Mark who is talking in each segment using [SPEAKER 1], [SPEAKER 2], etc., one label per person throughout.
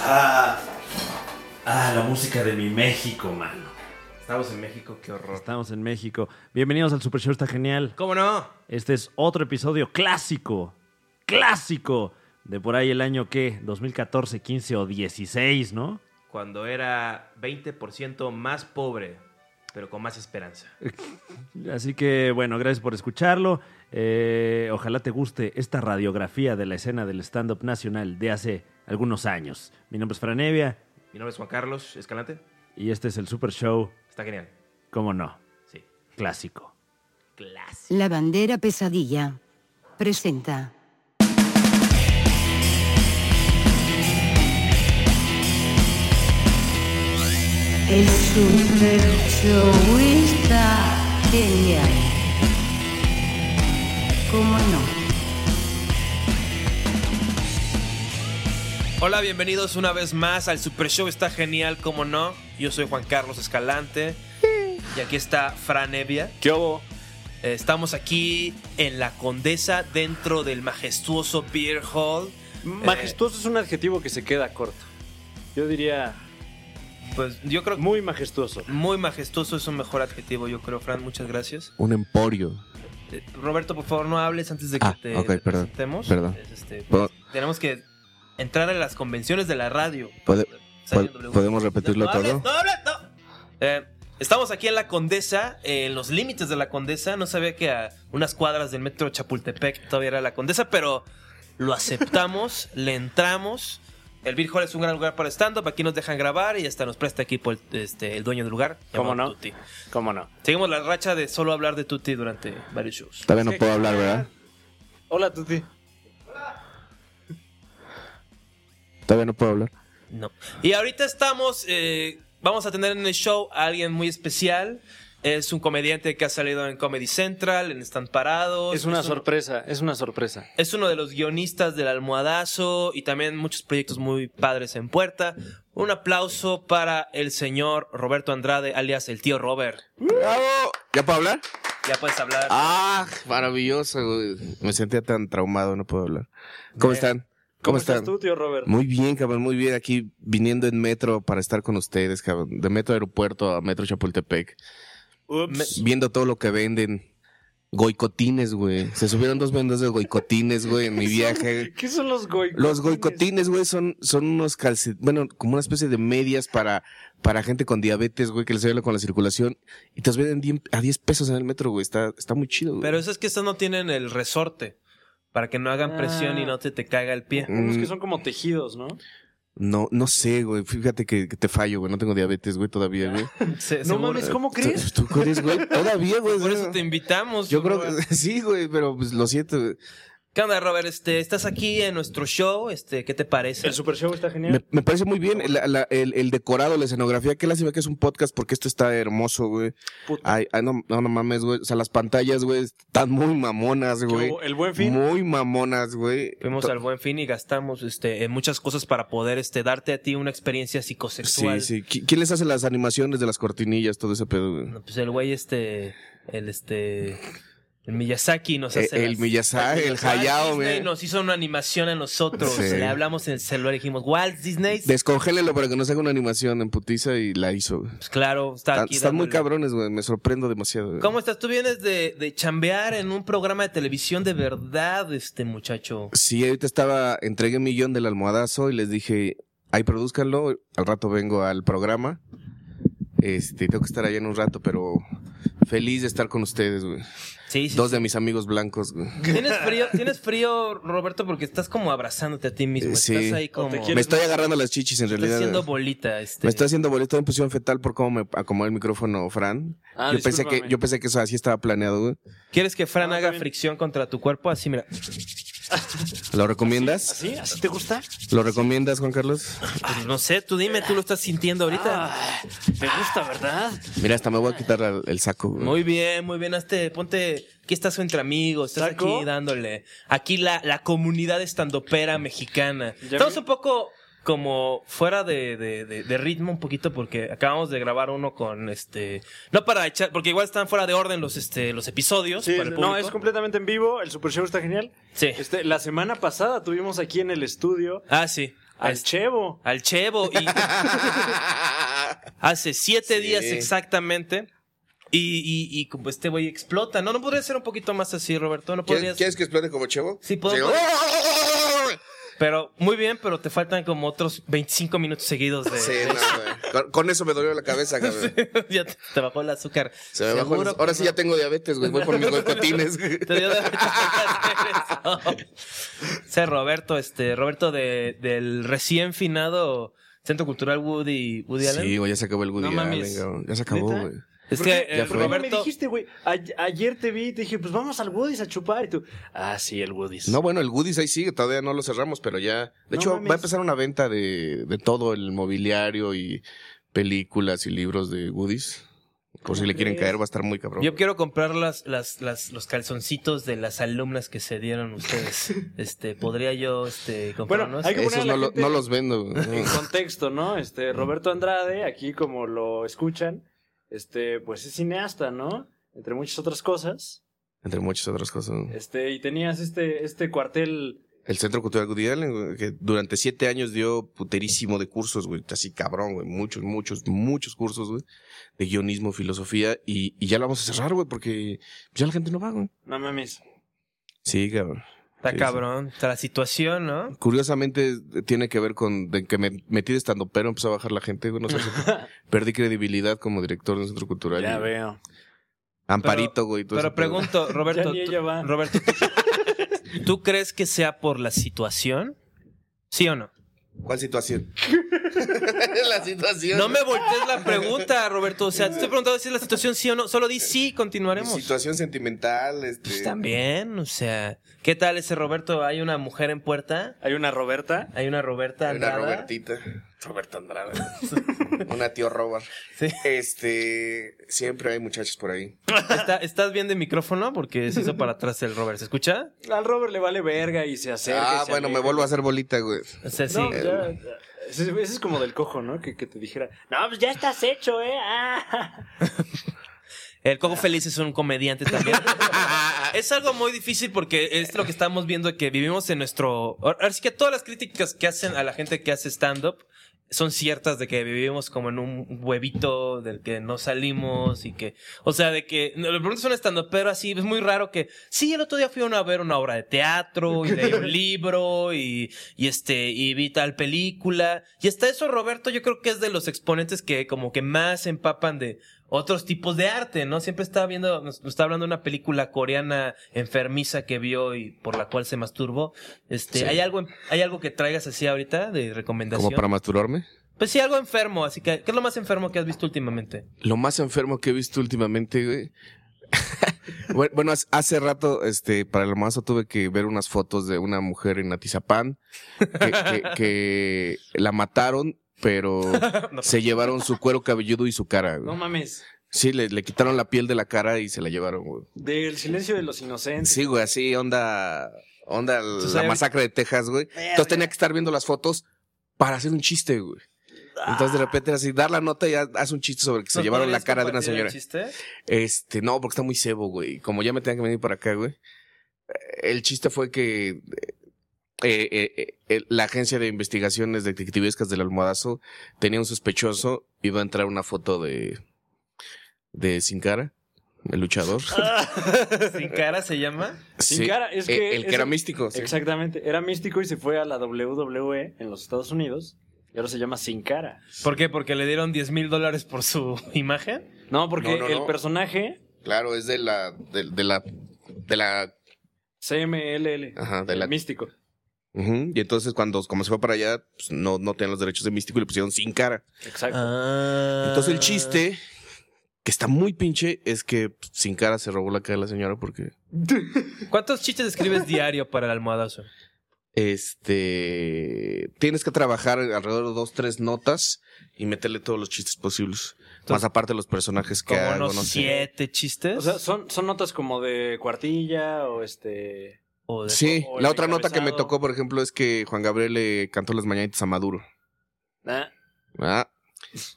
[SPEAKER 1] Ah, ah, la música de mi México, mano.
[SPEAKER 2] Estamos en México, qué horror.
[SPEAKER 1] Estamos en México. Bienvenidos al Super Show, está genial.
[SPEAKER 2] ¿Cómo no?
[SPEAKER 1] Este es otro episodio clásico, clásico, de por ahí el año que, 2014, 15 o 16, ¿no?
[SPEAKER 2] Cuando era 20% más pobre, pero con más esperanza.
[SPEAKER 1] Así que bueno, gracias por escucharlo. Eh, ojalá te guste esta radiografía de la escena del stand-up nacional de hace algunos años. Mi nombre es Franevia
[SPEAKER 2] Mi nombre es Juan Carlos Escalante.
[SPEAKER 1] y este es el Super Show,
[SPEAKER 2] Está genial.
[SPEAKER 1] ¿cómo no?
[SPEAKER 2] Sí.
[SPEAKER 1] Clásico.
[SPEAKER 2] Clásico.
[SPEAKER 3] La bandera pesadilla presenta El super show está genial. ¿Cómo no?
[SPEAKER 2] Hola, bienvenidos una vez más al Super Show. Está genial, ¿cómo no? Yo soy Juan Carlos Escalante. Y aquí está Fran Evia.
[SPEAKER 4] ¿Qué hubo?
[SPEAKER 2] Eh, Estamos aquí en la Condesa dentro del majestuoso Beer Hall.
[SPEAKER 4] Majestuoso es un adjetivo que se queda corto. Yo diría
[SPEAKER 2] Pues yo creo que
[SPEAKER 4] muy majestuoso.
[SPEAKER 2] muy majestuoso es un mejor adjetivo, yo creo, Fran. Muchas gracias.
[SPEAKER 5] Un emporio.
[SPEAKER 2] Eh, Roberto, por favor, no hables antes de que
[SPEAKER 5] Ah,
[SPEAKER 2] te,
[SPEAKER 5] ok,
[SPEAKER 2] te
[SPEAKER 5] perdón,
[SPEAKER 2] presentemos.
[SPEAKER 5] perdón.
[SPEAKER 2] Es, este,
[SPEAKER 5] ¿Puedo-
[SPEAKER 2] tenemos que entrar a las convenciones de la radio.
[SPEAKER 5] Puede-
[SPEAKER 2] Sale
[SPEAKER 5] pod-
[SPEAKER 2] W.
[SPEAKER 5] podemos repetirlo
[SPEAKER 2] No, no hables,
[SPEAKER 5] todo?
[SPEAKER 2] no hables, no. Eh, estamos aquí en la Condesa, eh, en los límites de la Condesa. No sabía que a unas cuadras del metro Chapultepec todavía era la Condesa, pero lo aceptamos, le entramos. El Beer Hall es un gran lugar para stand-up. Aquí nos dejan grabar y hasta nos presta equipo el, este, el dueño del lugar.
[SPEAKER 4] ¿Cómo
[SPEAKER 2] llamado
[SPEAKER 4] no?
[SPEAKER 2] Tuti.
[SPEAKER 4] ¿Cómo no?
[SPEAKER 2] Seguimos la racha de solo hablar de Tuti durante varios shows.
[SPEAKER 5] Todavía
[SPEAKER 4] Sí,
[SPEAKER 5] no puedo hablar, ¿verdad?
[SPEAKER 4] Hola, Tuti.
[SPEAKER 5] Todavía no puedo hablar.
[SPEAKER 2] No. Y ahorita estamos, eh, vamos a tener en el show a alguien muy especial. Es un comediante que ha salido en Comedy Central, en Están Parados.
[SPEAKER 4] Es una
[SPEAKER 2] un-
[SPEAKER 4] sorpresa, es una sorpresa.
[SPEAKER 2] Es uno de los guionistas del Almohadazo y también muchos proyectos muy padres en puerta. Un aplauso para el señor Roberto Andrade, alias el tío Robert.
[SPEAKER 5] ¡Bravo! ¿Ya puedo hablar?
[SPEAKER 2] Ya puedes hablar.
[SPEAKER 5] ¡Ah! Maravilloso, güey. Me sentía tan traumado, no puedo hablar. ¿Cómo están? ¿Cómo, están?
[SPEAKER 4] estás tú, tío Robert?
[SPEAKER 5] Muy bien, cabrón, muy bien. Aquí viniendo en metro para estar con ustedes, cabrón. De metro aeropuerto a metro Chapultepec.
[SPEAKER 4] Ups.
[SPEAKER 5] Viendo todo lo que venden. Goicotines, güey. Se subieron dos vendas de goicotines, güey, en mi viaje.
[SPEAKER 4] ¿Qué son los goicotines?
[SPEAKER 5] Los goicotines, güey, son, son unos calcetines, bueno, como una especie de medias para, para gente con diabetes, güey, que les ayuda con la circulación. Y te los venden diem- a 10 pesos en el metro, güey. Está, está muy chido, güey.
[SPEAKER 2] Pero eso es que estos no tienen el resorte para que no hagan presión
[SPEAKER 4] Ah.
[SPEAKER 2] y no te, te caiga el pie.
[SPEAKER 4] Unos que
[SPEAKER 5] Mm.
[SPEAKER 4] son como tejidos, ¿no?
[SPEAKER 5] No, no sé, güey. Fíjate que, que te fallo, güey. No tengo diabetes, güey, todavía, güey.
[SPEAKER 2] Se-
[SPEAKER 4] No
[SPEAKER 2] seguro.
[SPEAKER 4] mames, ¿cómo crees?
[SPEAKER 5] ¿Tú tú eres, güey? Todavía, güey.
[SPEAKER 2] Por
[SPEAKER 5] o sea,
[SPEAKER 2] eso te invitamos.
[SPEAKER 5] Pues Yo creo
[SPEAKER 2] Robert.
[SPEAKER 5] que sí, güey, pero pues lo siento. güey.
[SPEAKER 2] ¿Qué onda, Robert? Este, estás aquí en nuestro show, este, ¿qué te parece?
[SPEAKER 4] El super show está
[SPEAKER 5] Me,
[SPEAKER 4] genial.
[SPEAKER 5] me parece muy bien la- la- el, el decorado, la escenografía. Qué lástima que es un podcast porque esto está hermoso, güey.
[SPEAKER 4] Puta.
[SPEAKER 5] Ay, ay, no, no, no mames, güey. O sea, las pantallas, güey, están muy mamonas,
[SPEAKER 4] ¿Qué
[SPEAKER 5] güey.
[SPEAKER 4] hubo? El buen fin.
[SPEAKER 5] Muy mamonas, güey.
[SPEAKER 2] Fuimos
[SPEAKER 5] To-
[SPEAKER 2] al Buen Fin y gastamos este, en muchas cosas para poder este, darte a ti una experiencia psicosexual.
[SPEAKER 5] Sí, sí. ¿Qui- ¿Quién les hace las animaciones de las cortinillas, todo ese pedo, güey?
[SPEAKER 2] No, Pues el güey este, el este, el Miyazaki nos
[SPEAKER 5] Eh,
[SPEAKER 2] hace
[SPEAKER 5] el
[SPEAKER 2] las-
[SPEAKER 5] Miyazaki, el Hayao,
[SPEAKER 2] Disney
[SPEAKER 5] güey.
[SPEAKER 2] nos hizo una animación a nosotros.
[SPEAKER 5] Sí.
[SPEAKER 2] Le hablamos en el celular y dijimos, Walt Disney.
[SPEAKER 5] Descongélelo para que nos haga una animación en putiza y la hizo. güey.
[SPEAKER 2] Pues claro, está
[SPEAKER 5] Están,
[SPEAKER 2] aquí.
[SPEAKER 5] están muy
[SPEAKER 2] dándole.
[SPEAKER 5] cabrones, güey. Me sorprendo demasiado. güey.
[SPEAKER 2] ¿Cómo estás? Tú vienes de, de chambear en un programa de televisión de verdad, este muchacho.
[SPEAKER 5] Sí, ahorita estaba, entregué mi guión del almohadazo y les dije, ahí produzcanlo, al rato vengo al programa. Este, tengo que estar allá en un rato, pero feliz de estar con ustedes, güey.
[SPEAKER 2] Sí, sí.
[SPEAKER 5] Dos de mis amigos blancos, güey.
[SPEAKER 2] ¿Tienes frío, tienes frío, Roberto, porque estás como abrazándote a ti mismo.
[SPEAKER 5] Eh, sí.
[SPEAKER 2] Estás ahí como.
[SPEAKER 4] O te
[SPEAKER 5] Me
[SPEAKER 4] quieres-
[SPEAKER 2] estás
[SPEAKER 5] estoy agarrando las chichis en realidad.
[SPEAKER 2] haciendo
[SPEAKER 5] güey.
[SPEAKER 2] bolita, este.
[SPEAKER 5] Me está haciendo boleto en posición fetal por cómo me acomodó el micrófono, Fran.
[SPEAKER 4] Ah,
[SPEAKER 5] yo pensé que,
[SPEAKER 4] discúlpame.
[SPEAKER 5] yo pensé que eso así estaba planeado, güey.
[SPEAKER 2] ¿Quieres que Fran
[SPEAKER 4] No,
[SPEAKER 2] haga
[SPEAKER 4] también.
[SPEAKER 2] fricción contra tu cuerpo? Así, mira.
[SPEAKER 5] ¿Lo recomiendas?
[SPEAKER 4] ¿Así? ¿Así te gusta?
[SPEAKER 5] ¿Lo recomiendas, Juan Carlos?
[SPEAKER 2] Pues no sé, tú dime, tú lo estás sintiendo ahorita.
[SPEAKER 4] Ah, te gusta, ¿verdad?
[SPEAKER 5] Mira, hasta me voy a quitar el, el saco. güey.
[SPEAKER 2] Muy bien, muy bien. Hazte, ponte. Aquí estás entre amigos, estás
[SPEAKER 4] ¿Saco?
[SPEAKER 2] aquí dándole. Aquí la, la comunidad estandopera mexicana.
[SPEAKER 4] Ya
[SPEAKER 2] Estamos
[SPEAKER 4] vi.
[SPEAKER 2] un poco como fuera de, de- de- de ritmo un poquito porque acabamos de grabar uno con este. No para echar, porque igual están fuera de orden los, este, los episodios.
[SPEAKER 4] Sí,
[SPEAKER 2] para el
[SPEAKER 4] no,
[SPEAKER 2] público.
[SPEAKER 4] es completamente en vivo. El super show está genial.
[SPEAKER 2] Sí.
[SPEAKER 4] Este, la semana pasada tuvimos aquí en el estudio
[SPEAKER 2] Ah, sí.
[SPEAKER 4] Al
[SPEAKER 2] Este-
[SPEAKER 4] Chevo.
[SPEAKER 2] Al Chevo. Y hace siete
[SPEAKER 5] Sí.
[SPEAKER 2] días exactamente. Y, y, y como este güey explota. No, no podría ser un poquito más así, Roberto. No
[SPEAKER 5] ¿Quieres,
[SPEAKER 2] podrías.
[SPEAKER 5] quieres que explote como Chevo?
[SPEAKER 2] Sí, puedo-
[SPEAKER 5] Llegó.
[SPEAKER 2] Pero muy bien, pero te faltan como otros 25 minutos seguidos de.
[SPEAKER 5] Sí,
[SPEAKER 2] de
[SPEAKER 5] no,
[SPEAKER 2] eso.
[SPEAKER 5] güey. Con, con eso me dolió la cabeza, cabrón.
[SPEAKER 2] ya te, te bajó el azúcar.
[SPEAKER 5] Se me bajó
[SPEAKER 2] Seguro
[SPEAKER 5] el-
[SPEAKER 2] que
[SPEAKER 5] Ahora sí
[SPEAKER 2] no.
[SPEAKER 5] ya tengo diabetes, güey. Voy por mis boicotines.
[SPEAKER 2] Te dio de- Ese Roberto, este, Roberto de, del recién finado Centro Cultural Woody, Woody Allen.
[SPEAKER 5] Sí, güey, ya se acabó el Woody
[SPEAKER 2] No mames.
[SPEAKER 5] Allen, cabrón. Ya se acabó,
[SPEAKER 4] ¿Neta?
[SPEAKER 5] güey.
[SPEAKER 2] Es
[SPEAKER 4] ¿Por
[SPEAKER 2] que
[SPEAKER 4] qué?
[SPEAKER 2] eh,
[SPEAKER 5] Ya
[SPEAKER 4] ¿Por qué no me
[SPEAKER 2] Roberto,
[SPEAKER 4] dijiste, güey? Ay- ayer te vi y te dije, pues vamos al Woody's a chupar. Y tú, ah, sí, el Woody's.
[SPEAKER 5] No, bueno, el Goodies ahí sigue, todavía no lo cerramos, pero ya. De
[SPEAKER 4] No
[SPEAKER 5] hecho,
[SPEAKER 4] mames.
[SPEAKER 5] va a empezar una venta de, de todo el mobiliario y películas y libros de Goodies. Por si le quieren
[SPEAKER 4] crees?
[SPEAKER 5] caer, va a estar muy cabrón.
[SPEAKER 2] yo quiero comprar las, las, las, los calzoncitos de las alumnas que se dieron ustedes. Este, podría yo, este, comprarnos.
[SPEAKER 4] hay que- poner a
[SPEAKER 5] Esos
[SPEAKER 4] la
[SPEAKER 5] no, lo-
[SPEAKER 4] gente-
[SPEAKER 5] no los vendo. güey.
[SPEAKER 4] En contexto, ¿no? Este, Roberto Andrade, aquí como lo escuchan, este, pues es cineasta, ¿no? Entre muchas otras cosas.
[SPEAKER 5] Entre muchas otras cosas.
[SPEAKER 4] Este, y tenías este, este cuartel.
[SPEAKER 5] El Centro Cultural Woody Allen, güey, que durante siete años dio puterísimo de cursos, güey. Así cabrón, güey. Muchos, muchos, muchos cursos, güey. De guionismo, filosofía. Y, y ya lo vamos a cerrar, güey, porque ya la gente no va, güey.
[SPEAKER 4] No mames.
[SPEAKER 5] Sí, cabrón.
[SPEAKER 2] Está
[SPEAKER 5] Sí, sí.
[SPEAKER 2] cabrón. Está la situación, ¿no?
[SPEAKER 5] Curiosamente tiene que ver con de que me metí de estando pero empezó a bajar la gente, güey, no sé, perdí credibilidad como director de un centro cultural.
[SPEAKER 4] Ya
[SPEAKER 5] y-
[SPEAKER 4] veo.
[SPEAKER 5] Amparito, güey. y todo
[SPEAKER 2] Pero
[SPEAKER 5] ese pedo.
[SPEAKER 2] pregunto, Roberto,
[SPEAKER 4] pues, Ya ni
[SPEAKER 2] tú-
[SPEAKER 4] ella va.
[SPEAKER 2] Roberto, ¿tú- ¿tú crees que sea por la situación? ¿Sí o no?
[SPEAKER 5] ¿Cuál situación? la situación.
[SPEAKER 2] No me voltees la pregunta, Roberto. O sea, te estoy preguntando si es la situación sí o no. Solo di sí y
[SPEAKER 5] Mi
[SPEAKER 2] continuaremos.
[SPEAKER 5] situación sentimental, este.
[SPEAKER 2] Pues también, o sea, ¿qué tal ese Roberto? ¿Hay una mujer en puerta?
[SPEAKER 4] Hay una Roberta.
[SPEAKER 2] ¿Hay una Roberta
[SPEAKER 5] Una
[SPEAKER 2] Andrada?
[SPEAKER 5] Robertita. Roberta Andrade. Una tío Robert.
[SPEAKER 2] Sí.
[SPEAKER 5] Este. Siempre hay muchachos por ahí.
[SPEAKER 2] Está- ¿Estás bien de micrófono? Porque se hizo para atrás el Robert. ¿Se escucha?
[SPEAKER 4] Al Robert le vale verga y se acerca. y
[SPEAKER 5] Ah,
[SPEAKER 4] se
[SPEAKER 5] bueno, me
[SPEAKER 4] aleja.
[SPEAKER 5] vuelvo a hacer bolita, güey.
[SPEAKER 2] O sea, sí.
[SPEAKER 4] No, ya, ya. Ese ese es como del cojo, ¿no? Que, que te dijera, no, pues ya estás hecho, ¿eh? Ah".
[SPEAKER 2] El Coco Feliz es un comediante también. es algo muy difícil porque es lo que estamos viendo que vivimos en nuestro... Así que todas las críticas que hacen a la gente que hace stand-up son ciertas de que vivimos como en un huevito del que no salimos y que... O sea, de que... no, Le preguntas a un stand-up, pero así es muy raro que... Sí, el otro día fui a, una- a ver una obra de teatro y leí un libro y, y este... Y vi tal película. Y hasta eso, Roberto, yo creo que es de los exponentes que como que más se empapan de otros tipos de arte, ¿no? Siempre estaba viendo, nos, nos estaba hablando de una película coreana enfermiza que vio y por la cual se masturbó. Este,
[SPEAKER 5] Sí.
[SPEAKER 2] ¿hay algo, en- hay algo que traigas así ahorita de recomendación?
[SPEAKER 5] ¿Como para masturbarme?
[SPEAKER 2] Pues sí, algo enfermo, así que, ¿qué es lo más enfermo que has visto últimamente?
[SPEAKER 5] Lo más enfermo que he visto últimamente, güey. Bu- bueno, hace- hace rato, este, para el mazo tuve que ver unas fotos de una mujer en Atizapán que, que- que la mataron, pero se llevaron su cuero cabelludo y su cara. güey.
[SPEAKER 4] No mames.
[SPEAKER 5] Sí, le, le quitaron la piel de la cara y se la llevaron, güey.
[SPEAKER 4] Del silencio de los inocentes.
[SPEAKER 5] Sí, güey, así onda, onda
[SPEAKER 2] Entonces,
[SPEAKER 5] la
[SPEAKER 2] ahorita-
[SPEAKER 5] masacre de Texas, güey. Entonces tenía que estar viendo las fotos para hacer un chiste, güey. Entonces
[SPEAKER 2] Ah.
[SPEAKER 5] de repente era así, dar la nota y ha- haz un chiste sobre que se
[SPEAKER 2] ¿Nos
[SPEAKER 5] llevaron la
[SPEAKER 2] podrías
[SPEAKER 5] cara de una
[SPEAKER 2] compartir el
[SPEAKER 5] señora.
[SPEAKER 2] chiste?
[SPEAKER 5] Este, no, porque está muy cebo, güey. Como ya me tenía que venir para acá, güey. Eh, El chiste fue que eh, eh, eh, eh, la agencia de investigaciones detectivescas del almohadazo tenía un sospechoso, iba a entrar una foto de, de Sin Cara, el luchador.
[SPEAKER 2] Ah. Sin cara se llama.
[SPEAKER 4] Sin Cara, es
[SPEAKER 5] eh,
[SPEAKER 4] que-
[SPEAKER 5] el
[SPEAKER 4] es
[SPEAKER 5] que era
[SPEAKER 4] el-
[SPEAKER 5] místico. sí.
[SPEAKER 4] Exactamente. Era místico y se fue a la WWE en los Estados Unidos. Y ahora se llama Sin Cara.
[SPEAKER 2] ¿Por qué? ¿Porque le dieron 10 mil dólares por su imagen?
[SPEAKER 4] No, porque
[SPEAKER 5] No, no,
[SPEAKER 4] el
[SPEAKER 5] no.
[SPEAKER 4] personaje
[SPEAKER 5] Claro, es de la, de, de la, de la
[SPEAKER 4] CMLL.
[SPEAKER 5] Ajá, Ah, de
[SPEAKER 4] el
[SPEAKER 5] la-
[SPEAKER 4] Místico.
[SPEAKER 5] Ujú, Y entonces cuando como se fue para allá, pues, no, no tenían los derechos de místico y le pusieron sin cara.
[SPEAKER 4] Exacto.
[SPEAKER 2] Ah.
[SPEAKER 5] Entonces el chiste, que está muy pinche, es que pues, sin cara se robó la cara de la señora porque...
[SPEAKER 2] ¿Cuántos chistes escribes diario para el almohadazo?
[SPEAKER 5] Este... Tienes que trabajar alrededor de dos, tres notas y meterle todos los chistes posibles. Más aparte los personajes que
[SPEAKER 2] Como
[SPEAKER 5] hago,
[SPEAKER 2] unos
[SPEAKER 5] no sé.
[SPEAKER 2] siete chistes.
[SPEAKER 4] O sea, son, son notas como de cuartilla o este.
[SPEAKER 2] O de-
[SPEAKER 5] Sí,
[SPEAKER 4] o
[SPEAKER 5] la
[SPEAKER 4] el
[SPEAKER 5] otra nota que me
[SPEAKER 4] encabezado.
[SPEAKER 5] tocó, por ejemplo, es que Juan Gabriel le cantó las mañanitas a Maduro.
[SPEAKER 4] Ah,
[SPEAKER 5] Ah.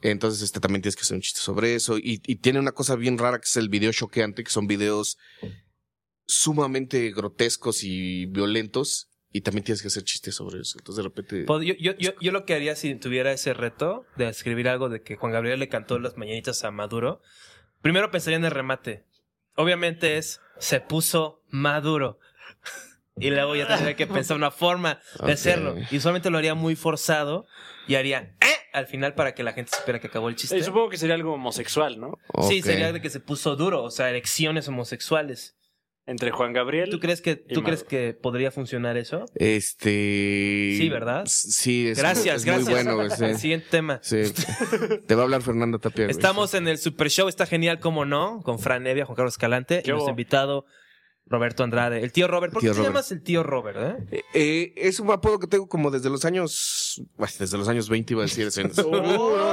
[SPEAKER 5] Entonces, este también tienes que hacer un chiste sobre eso. Y, y tiene una cosa bien rara que es el video choqueante, que son videos sumamente grotescos y violentos y también tienes que hacer chistes sobre eso. Entonces de repente...
[SPEAKER 2] Pod- Pues, Yo, yo, yo, yo lo que haría si tuviera ese reto de escribir algo de que Juan Gabriel le cantó las mañanitas a Maduro, primero pensaría en el remate. Obviamente es, se puso Maduro. Y luego ya tendría que pensar una forma de
[SPEAKER 5] Ok.
[SPEAKER 2] hacerlo. Y solamente lo haría muy forzado y haría "Eh", al final para que la gente supiera que acabó el chiste.
[SPEAKER 4] Eh, supongo que sería algo homosexual, ¿no?
[SPEAKER 2] Sí,
[SPEAKER 5] Ok.
[SPEAKER 2] sería de que se puso duro, o sea, erecciones homosexuales.
[SPEAKER 4] Entre Juan Gabriel.
[SPEAKER 2] ¿Tú crees que,
[SPEAKER 4] Y
[SPEAKER 2] ¿tú crees
[SPEAKER 4] Maduro.
[SPEAKER 2] que podría funcionar eso?
[SPEAKER 5] Este...
[SPEAKER 2] Sí, ¿verdad?
[SPEAKER 5] S- Sí, es,
[SPEAKER 2] Gracias,
[SPEAKER 5] es
[SPEAKER 2] gracias.
[SPEAKER 5] muy bueno. güey, sí.
[SPEAKER 2] El siguiente tema.
[SPEAKER 5] Sí. Te va a hablar Fernanda Tapia. güey.
[SPEAKER 2] Estamos en el Super Show, está genial, como no, con Fran Nevia, Juan Carlos Escalante y
[SPEAKER 4] ¿Qué
[SPEAKER 2] nuestro
[SPEAKER 4] hubo?
[SPEAKER 2] invitado Roberto Andrade. El tío Robert, ¿por qué
[SPEAKER 5] Tío
[SPEAKER 2] te
[SPEAKER 5] Robert.
[SPEAKER 2] llamas el tío Robert? eh?
[SPEAKER 5] Eh, eh, es un apodo que tengo como desde los años... Ay, Desde los años 20 iba a decir. eso.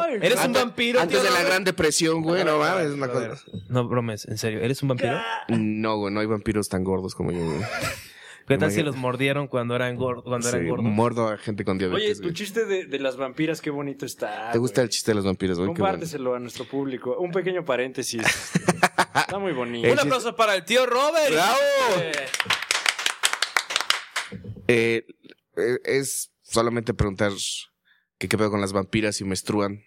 [SPEAKER 4] ¡Ay!
[SPEAKER 2] Eres un
[SPEAKER 5] Antes-
[SPEAKER 2] vampiro,
[SPEAKER 5] Antes
[SPEAKER 2] tío
[SPEAKER 5] de la
[SPEAKER 2] Robert.
[SPEAKER 5] Gran Depresión, güey. No, mames, es una cosa...
[SPEAKER 2] No bromes, en serio, ¿eres un vampiro?
[SPEAKER 5] No, güey, no hay vampiros tan gordos como yo. güey.
[SPEAKER 2] ¿Qué tal si
[SPEAKER 5] Imagínate.
[SPEAKER 2] los mordieron cuando eran, gor- cuando eran
[SPEAKER 5] Sí,
[SPEAKER 2] gordos?
[SPEAKER 5] Mordo a gente con
[SPEAKER 4] Oye,
[SPEAKER 5] diabetes.
[SPEAKER 4] tu
[SPEAKER 5] güey.
[SPEAKER 4] chiste de, de las vampiras, qué bonito está.
[SPEAKER 5] ¿Te gusta
[SPEAKER 4] güey.
[SPEAKER 5] el chiste de los vampiros, güey? Qué bueno.
[SPEAKER 4] Compárteselo a nuestro público. Un pequeño paréntesis. está muy bonito.
[SPEAKER 2] Un aplauso para el tío Robert.
[SPEAKER 5] ¡Bravo!
[SPEAKER 2] Eh,
[SPEAKER 5] Eh, eh, es solamente preguntar que qué pedo con las vampiras si menstruan.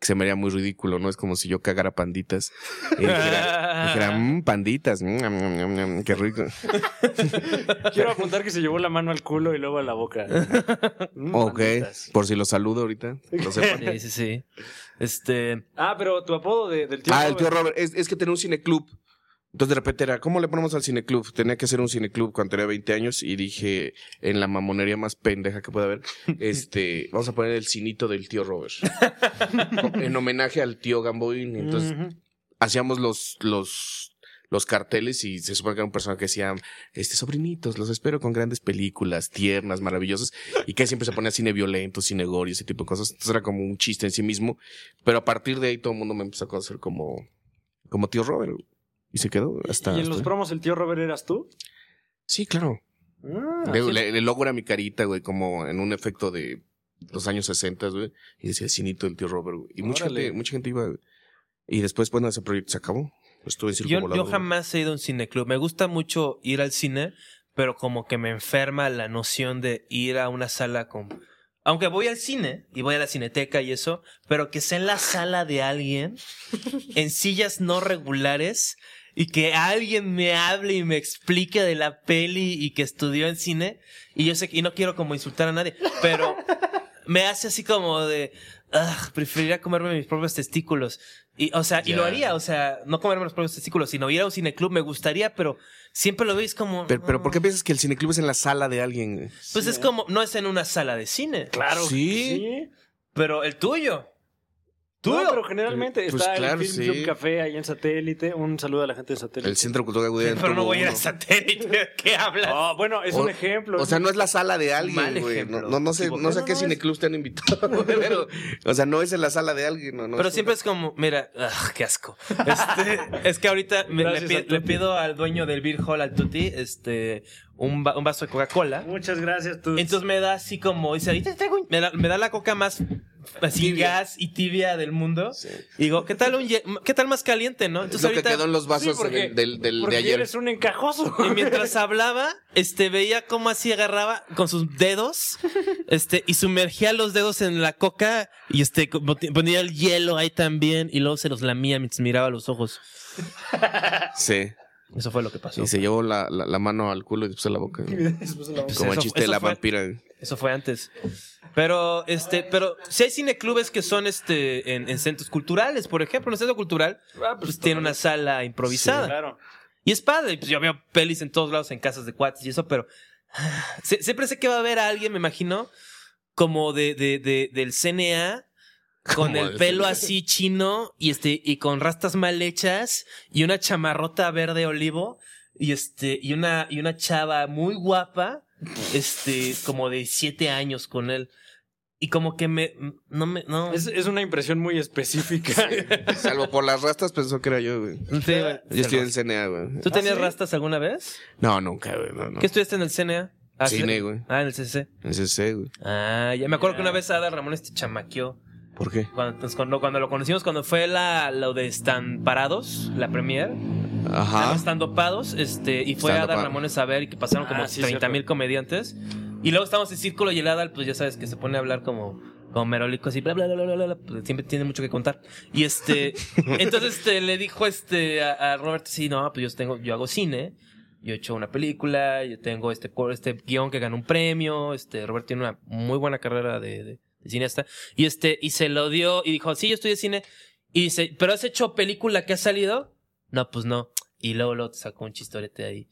[SPEAKER 5] Que se me haría muy ridículo, ¿no? Es como si yo cagara panditas. Y dijera, dijera, "Mm, panditas, mm, mm, mm, mm, qué rico.
[SPEAKER 4] Quiero apuntar que se llevó la mano al culo y luego a la boca. Mm,
[SPEAKER 5] Ok,
[SPEAKER 4] banditas.
[SPEAKER 5] por si lo saludo ahorita. lo sepan.
[SPEAKER 2] Sí, sí, sí. Este,
[SPEAKER 4] Ah, pero tu apodo de- del tío.
[SPEAKER 5] Ah, el tío
[SPEAKER 4] Robert.
[SPEAKER 5] Robert, es, es que tenía un cineclub. Entonces de repente era, ¿cómo le ponemos al cineclub? Tenía que hacer un cineclub cuando tenía 20 años y dije, en la mamonería más pendeja que pueda haber, este, vamos a poner el cinito del tío Robert. en homenaje al tío Gamboín. Entonces hacíamos los, los, los carteles y se supone que era un personaje que decía, este, sobrinitos, los espero con grandes películas, tiernas, maravillosas, y que siempre se ponía cine violento, cine gore, y ese tipo de cosas. Entonces era como un chiste en sí mismo, pero a partir de ahí todo el mundo me empezó a conocer como, como tío Robert. Y se quedó hasta...
[SPEAKER 4] ¿Y en los
[SPEAKER 5] hasta-
[SPEAKER 4] promos el tío Robert eras tú?
[SPEAKER 5] Sí, claro.
[SPEAKER 4] Ah,
[SPEAKER 5] Le- le- el logo era mi carita, güey, como en un efecto de los años 60, güey. Y decía el cinito del tío Robert, güey. Y mucha
[SPEAKER 4] Órale.
[SPEAKER 5] gente, mucha gente iba. güey. Y después, bueno, ese proyecto se acabó. Estuve en circo
[SPEAKER 2] yo,
[SPEAKER 5] volador,
[SPEAKER 2] yo
[SPEAKER 5] güey.
[SPEAKER 2] jamás he ido a un cineclub. Me gusta mucho ir al cine, pero como que me enferma la noción de ir a una sala con... Aunque voy al cine y voy a la cineteca y eso, pero que sea en la sala de alguien, en sillas no regulares, y que alguien me hable y me explique de la peli y que estudió en cine, y yo sé que, y no quiero como insultar a nadie, pero me hace así como de, "Ugh, preferiría comerme mis propios testículos. Y, o sea, y lo
[SPEAKER 5] Ya.
[SPEAKER 2] haría, o sea, no comerme los propios testículos, sino ir a un cineclub me gustaría, pero siempre lo veis como.
[SPEAKER 5] Pero, pero ¿por qué
[SPEAKER 2] "Ah".
[SPEAKER 5] piensas que el cineclub es en la sala de alguien? güey?
[SPEAKER 2] Pues es como, no es en una sala de cine,
[SPEAKER 4] Claro. que
[SPEAKER 5] Sí.
[SPEAKER 4] sí.
[SPEAKER 2] pero el tuyo.
[SPEAKER 4] Tú,
[SPEAKER 2] Tuyo.
[SPEAKER 4] pero generalmente
[SPEAKER 5] Pues
[SPEAKER 4] está
[SPEAKER 5] claro,
[SPEAKER 4] el Film
[SPEAKER 5] sí.
[SPEAKER 4] Club Café ahí en satélite. Un saludo a la gente de satélite.
[SPEAKER 5] El Centro Cultural Guderian
[SPEAKER 2] pero no
[SPEAKER 5] tuvo
[SPEAKER 2] voy a ir a
[SPEAKER 5] uno.
[SPEAKER 2] satélite, ¿qué hablas?
[SPEAKER 4] Ah, bueno, es
[SPEAKER 5] O-
[SPEAKER 4] un ejemplo.
[SPEAKER 5] O sea, no es la sala de
[SPEAKER 2] Mal
[SPEAKER 5] alguien, güey. No,
[SPEAKER 2] ejemplo.
[SPEAKER 5] no, no sé, no sé a qué
[SPEAKER 4] No, no,
[SPEAKER 5] cineclub te han invitado, güey, pero, o sea, no es en la sala de alguien. No, no
[SPEAKER 2] Pero
[SPEAKER 5] es-
[SPEAKER 2] siempre es como, mira, ugh, qué asco. Este, es que ahorita me- le,
[SPEAKER 4] Gracias
[SPEAKER 2] pi-
[SPEAKER 4] a
[SPEAKER 2] le
[SPEAKER 4] Tuti.
[SPEAKER 2] pido al dueño del Beer Hall, al Tuti, este, un, va- un vaso de Coca-Cola.
[SPEAKER 4] Muchas gracias, tú.
[SPEAKER 2] Entonces me da así como, dice, ahorita traigo un- me, da, me da la coca más así gas y tibia del mundo.
[SPEAKER 5] Sí.
[SPEAKER 2] Y digo, ¿qué tal, un, ye- qué tal más caliente, no?
[SPEAKER 5] Es
[SPEAKER 2] Entonces
[SPEAKER 5] lo que
[SPEAKER 2] ahorita...
[SPEAKER 5] quedó en los
[SPEAKER 4] Sí,
[SPEAKER 5] vasos
[SPEAKER 4] porque-
[SPEAKER 5] del, del- del
[SPEAKER 4] porque
[SPEAKER 5] de ayer.
[SPEAKER 4] eres un encajoso.
[SPEAKER 2] Y mientras hablaba, este, veía cómo así agarraba con sus dedos, este, y sumergía los dedos en la coca, y este, como te- ponía el hielo ahí también, y luego se los lamía mientras miraba los ojos.
[SPEAKER 5] Sí.
[SPEAKER 2] Eso fue lo que pasó.
[SPEAKER 5] Y se llevó la, la, la mano al culo y puso la boca.
[SPEAKER 2] Pues
[SPEAKER 5] Como el
[SPEAKER 2] eso-
[SPEAKER 5] chiste de
[SPEAKER 2] eso
[SPEAKER 5] la
[SPEAKER 2] fue-
[SPEAKER 5] vampira. güey.
[SPEAKER 2] Eso fue antes. Pero, este, pero si hay cineclubes que son este en, en centros culturales, por ejemplo, en el centro cultural,
[SPEAKER 4] Ah, pues,
[SPEAKER 2] pues tiene una sala improvisada.
[SPEAKER 4] Claro.
[SPEAKER 2] Y es padre, pues yo veo pelis en todos lados, en casas de cuates y eso, pero se- siempre sé que va a haber a alguien, me imagino, como de, de, de- del CNA, con
[SPEAKER 5] Como
[SPEAKER 2] el
[SPEAKER 5] del
[SPEAKER 2] pelo
[SPEAKER 5] CNA.
[SPEAKER 2] así chino y este, y con rastas mal hechas y una chamarrota verde olivo y este, y una, y una chava muy guapa, este, como de siete años con él. Y como que me, no me, no.
[SPEAKER 4] Es, es una impresión muy específica.
[SPEAKER 5] Salvo por las rastas, pensó que era yo, güey.
[SPEAKER 2] no sé, güey.
[SPEAKER 5] Yo estoy en el CNA, güey.
[SPEAKER 2] ¿Tú tenías
[SPEAKER 4] Ah, sí?
[SPEAKER 2] rastas alguna vez?
[SPEAKER 5] No, nunca, güey. No, no.
[SPEAKER 2] ¿Qué estudiaste en el CNA? Ah,
[SPEAKER 5] Cine,
[SPEAKER 2] sí.
[SPEAKER 5] güey.
[SPEAKER 2] Ah, en el CCC.
[SPEAKER 5] En CC, güey.
[SPEAKER 2] Ah, ya me acuerdo que una vez Ada Ramones te chamaqueó.
[SPEAKER 5] ¿Por qué?
[SPEAKER 2] Cuando, pues, cuando, cuando lo conocimos, cuando fue la, lo de Están Parados, la premier,
[SPEAKER 5] Ajá.
[SPEAKER 2] Estaban están dopados este, y fue
[SPEAKER 5] Están
[SPEAKER 2] Ada
[SPEAKER 5] dopados.
[SPEAKER 2] Ramones a ver y que pasaron como
[SPEAKER 4] Ah, sí,
[SPEAKER 2] 30 mil
[SPEAKER 4] cierto.
[SPEAKER 2] comediantes. Y luego estamos en Círculo y el Adal, pues ya sabes que se pone a hablar como, como merolico así, bla, bla, bla, bla, bla, bla, pues, siempre tiene mucho que contar. Y este, entonces este, le dijo este, a, a Robert, sí, no, pues yo, tengo, yo hago cine, yo he hecho una película, yo tengo este, cor- este guión que ganó un premio, este, Robert tiene una muy buena carrera de, de- de cineasta. Y este, y se lo dio y dijo, sí, yo estudié cine. Y dice, ¿pero has hecho película que ha salido? No, pues no. Y luego, luego te sacó un chistorete ahí.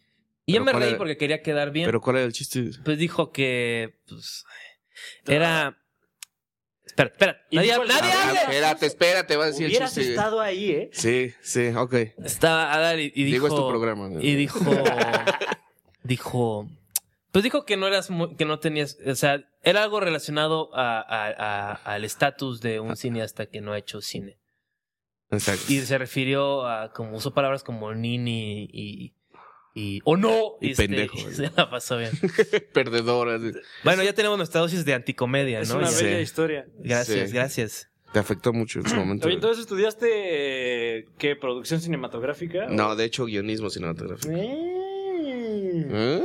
[SPEAKER 2] Y yo
[SPEAKER 5] Pero
[SPEAKER 2] me
[SPEAKER 5] ¿cuál
[SPEAKER 2] reí
[SPEAKER 5] era?
[SPEAKER 2] porque quería quedar bien.
[SPEAKER 5] Pero ¿cuál era el chiste?
[SPEAKER 2] pues dijo que, pues, era... Espera, espera.
[SPEAKER 4] Y
[SPEAKER 2] Nadie,
[SPEAKER 4] dijo el-
[SPEAKER 2] nadie
[SPEAKER 4] Ah,
[SPEAKER 2] hable.
[SPEAKER 5] espérate, espérate, va a decir el
[SPEAKER 4] Hubieras
[SPEAKER 5] chiste.
[SPEAKER 4] estado ahí, ¿eh?
[SPEAKER 5] Sí, sí, ok.
[SPEAKER 2] Estaba Adal y, y dijo...
[SPEAKER 5] Digo, es tu este programa.
[SPEAKER 2] Y dijo... dijo... Pues dijo que no eras muy- que no tenías, o sea, era algo relacionado a- a- a- al estatus de un cineasta que no ha hecho cine.
[SPEAKER 5] Exacto.
[SPEAKER 2] Y se refirió a, como usó palabras como nini y... y o no. este,
[SPEAKER 5] Y pendejo.
[SPEAKER 2] Se la pasó bien.
[SPEAKER 5] Perdedora. así.
[SPEAKER 2] Bueno, ya tenemos nuestra dosis de anticomedia,
[SPEAKER 4] Es
[SPEAKER 2] ¿no?
[SPEAKER 4] una
[SPEAKER 2] Ya.
[SPEAKER 5] Sí.
[SPEAKER 4] bella historia.
[SPEAKER 2] Gracias,
[SPEAKER 5] Sí.
[SPEAKER 2] gracias.
[SPEAKER 5] Te afectó mucho en su momento.
[SPEAKER 4] Oye, entonces estudiaste, eh, ¿qué? ¿Producción cinematográfica?
[SPEAKER 5] No, de hecho, guionismo cinematográfico.
[SPEAKER 4] Mm.
[SPEAKER 5] Ah.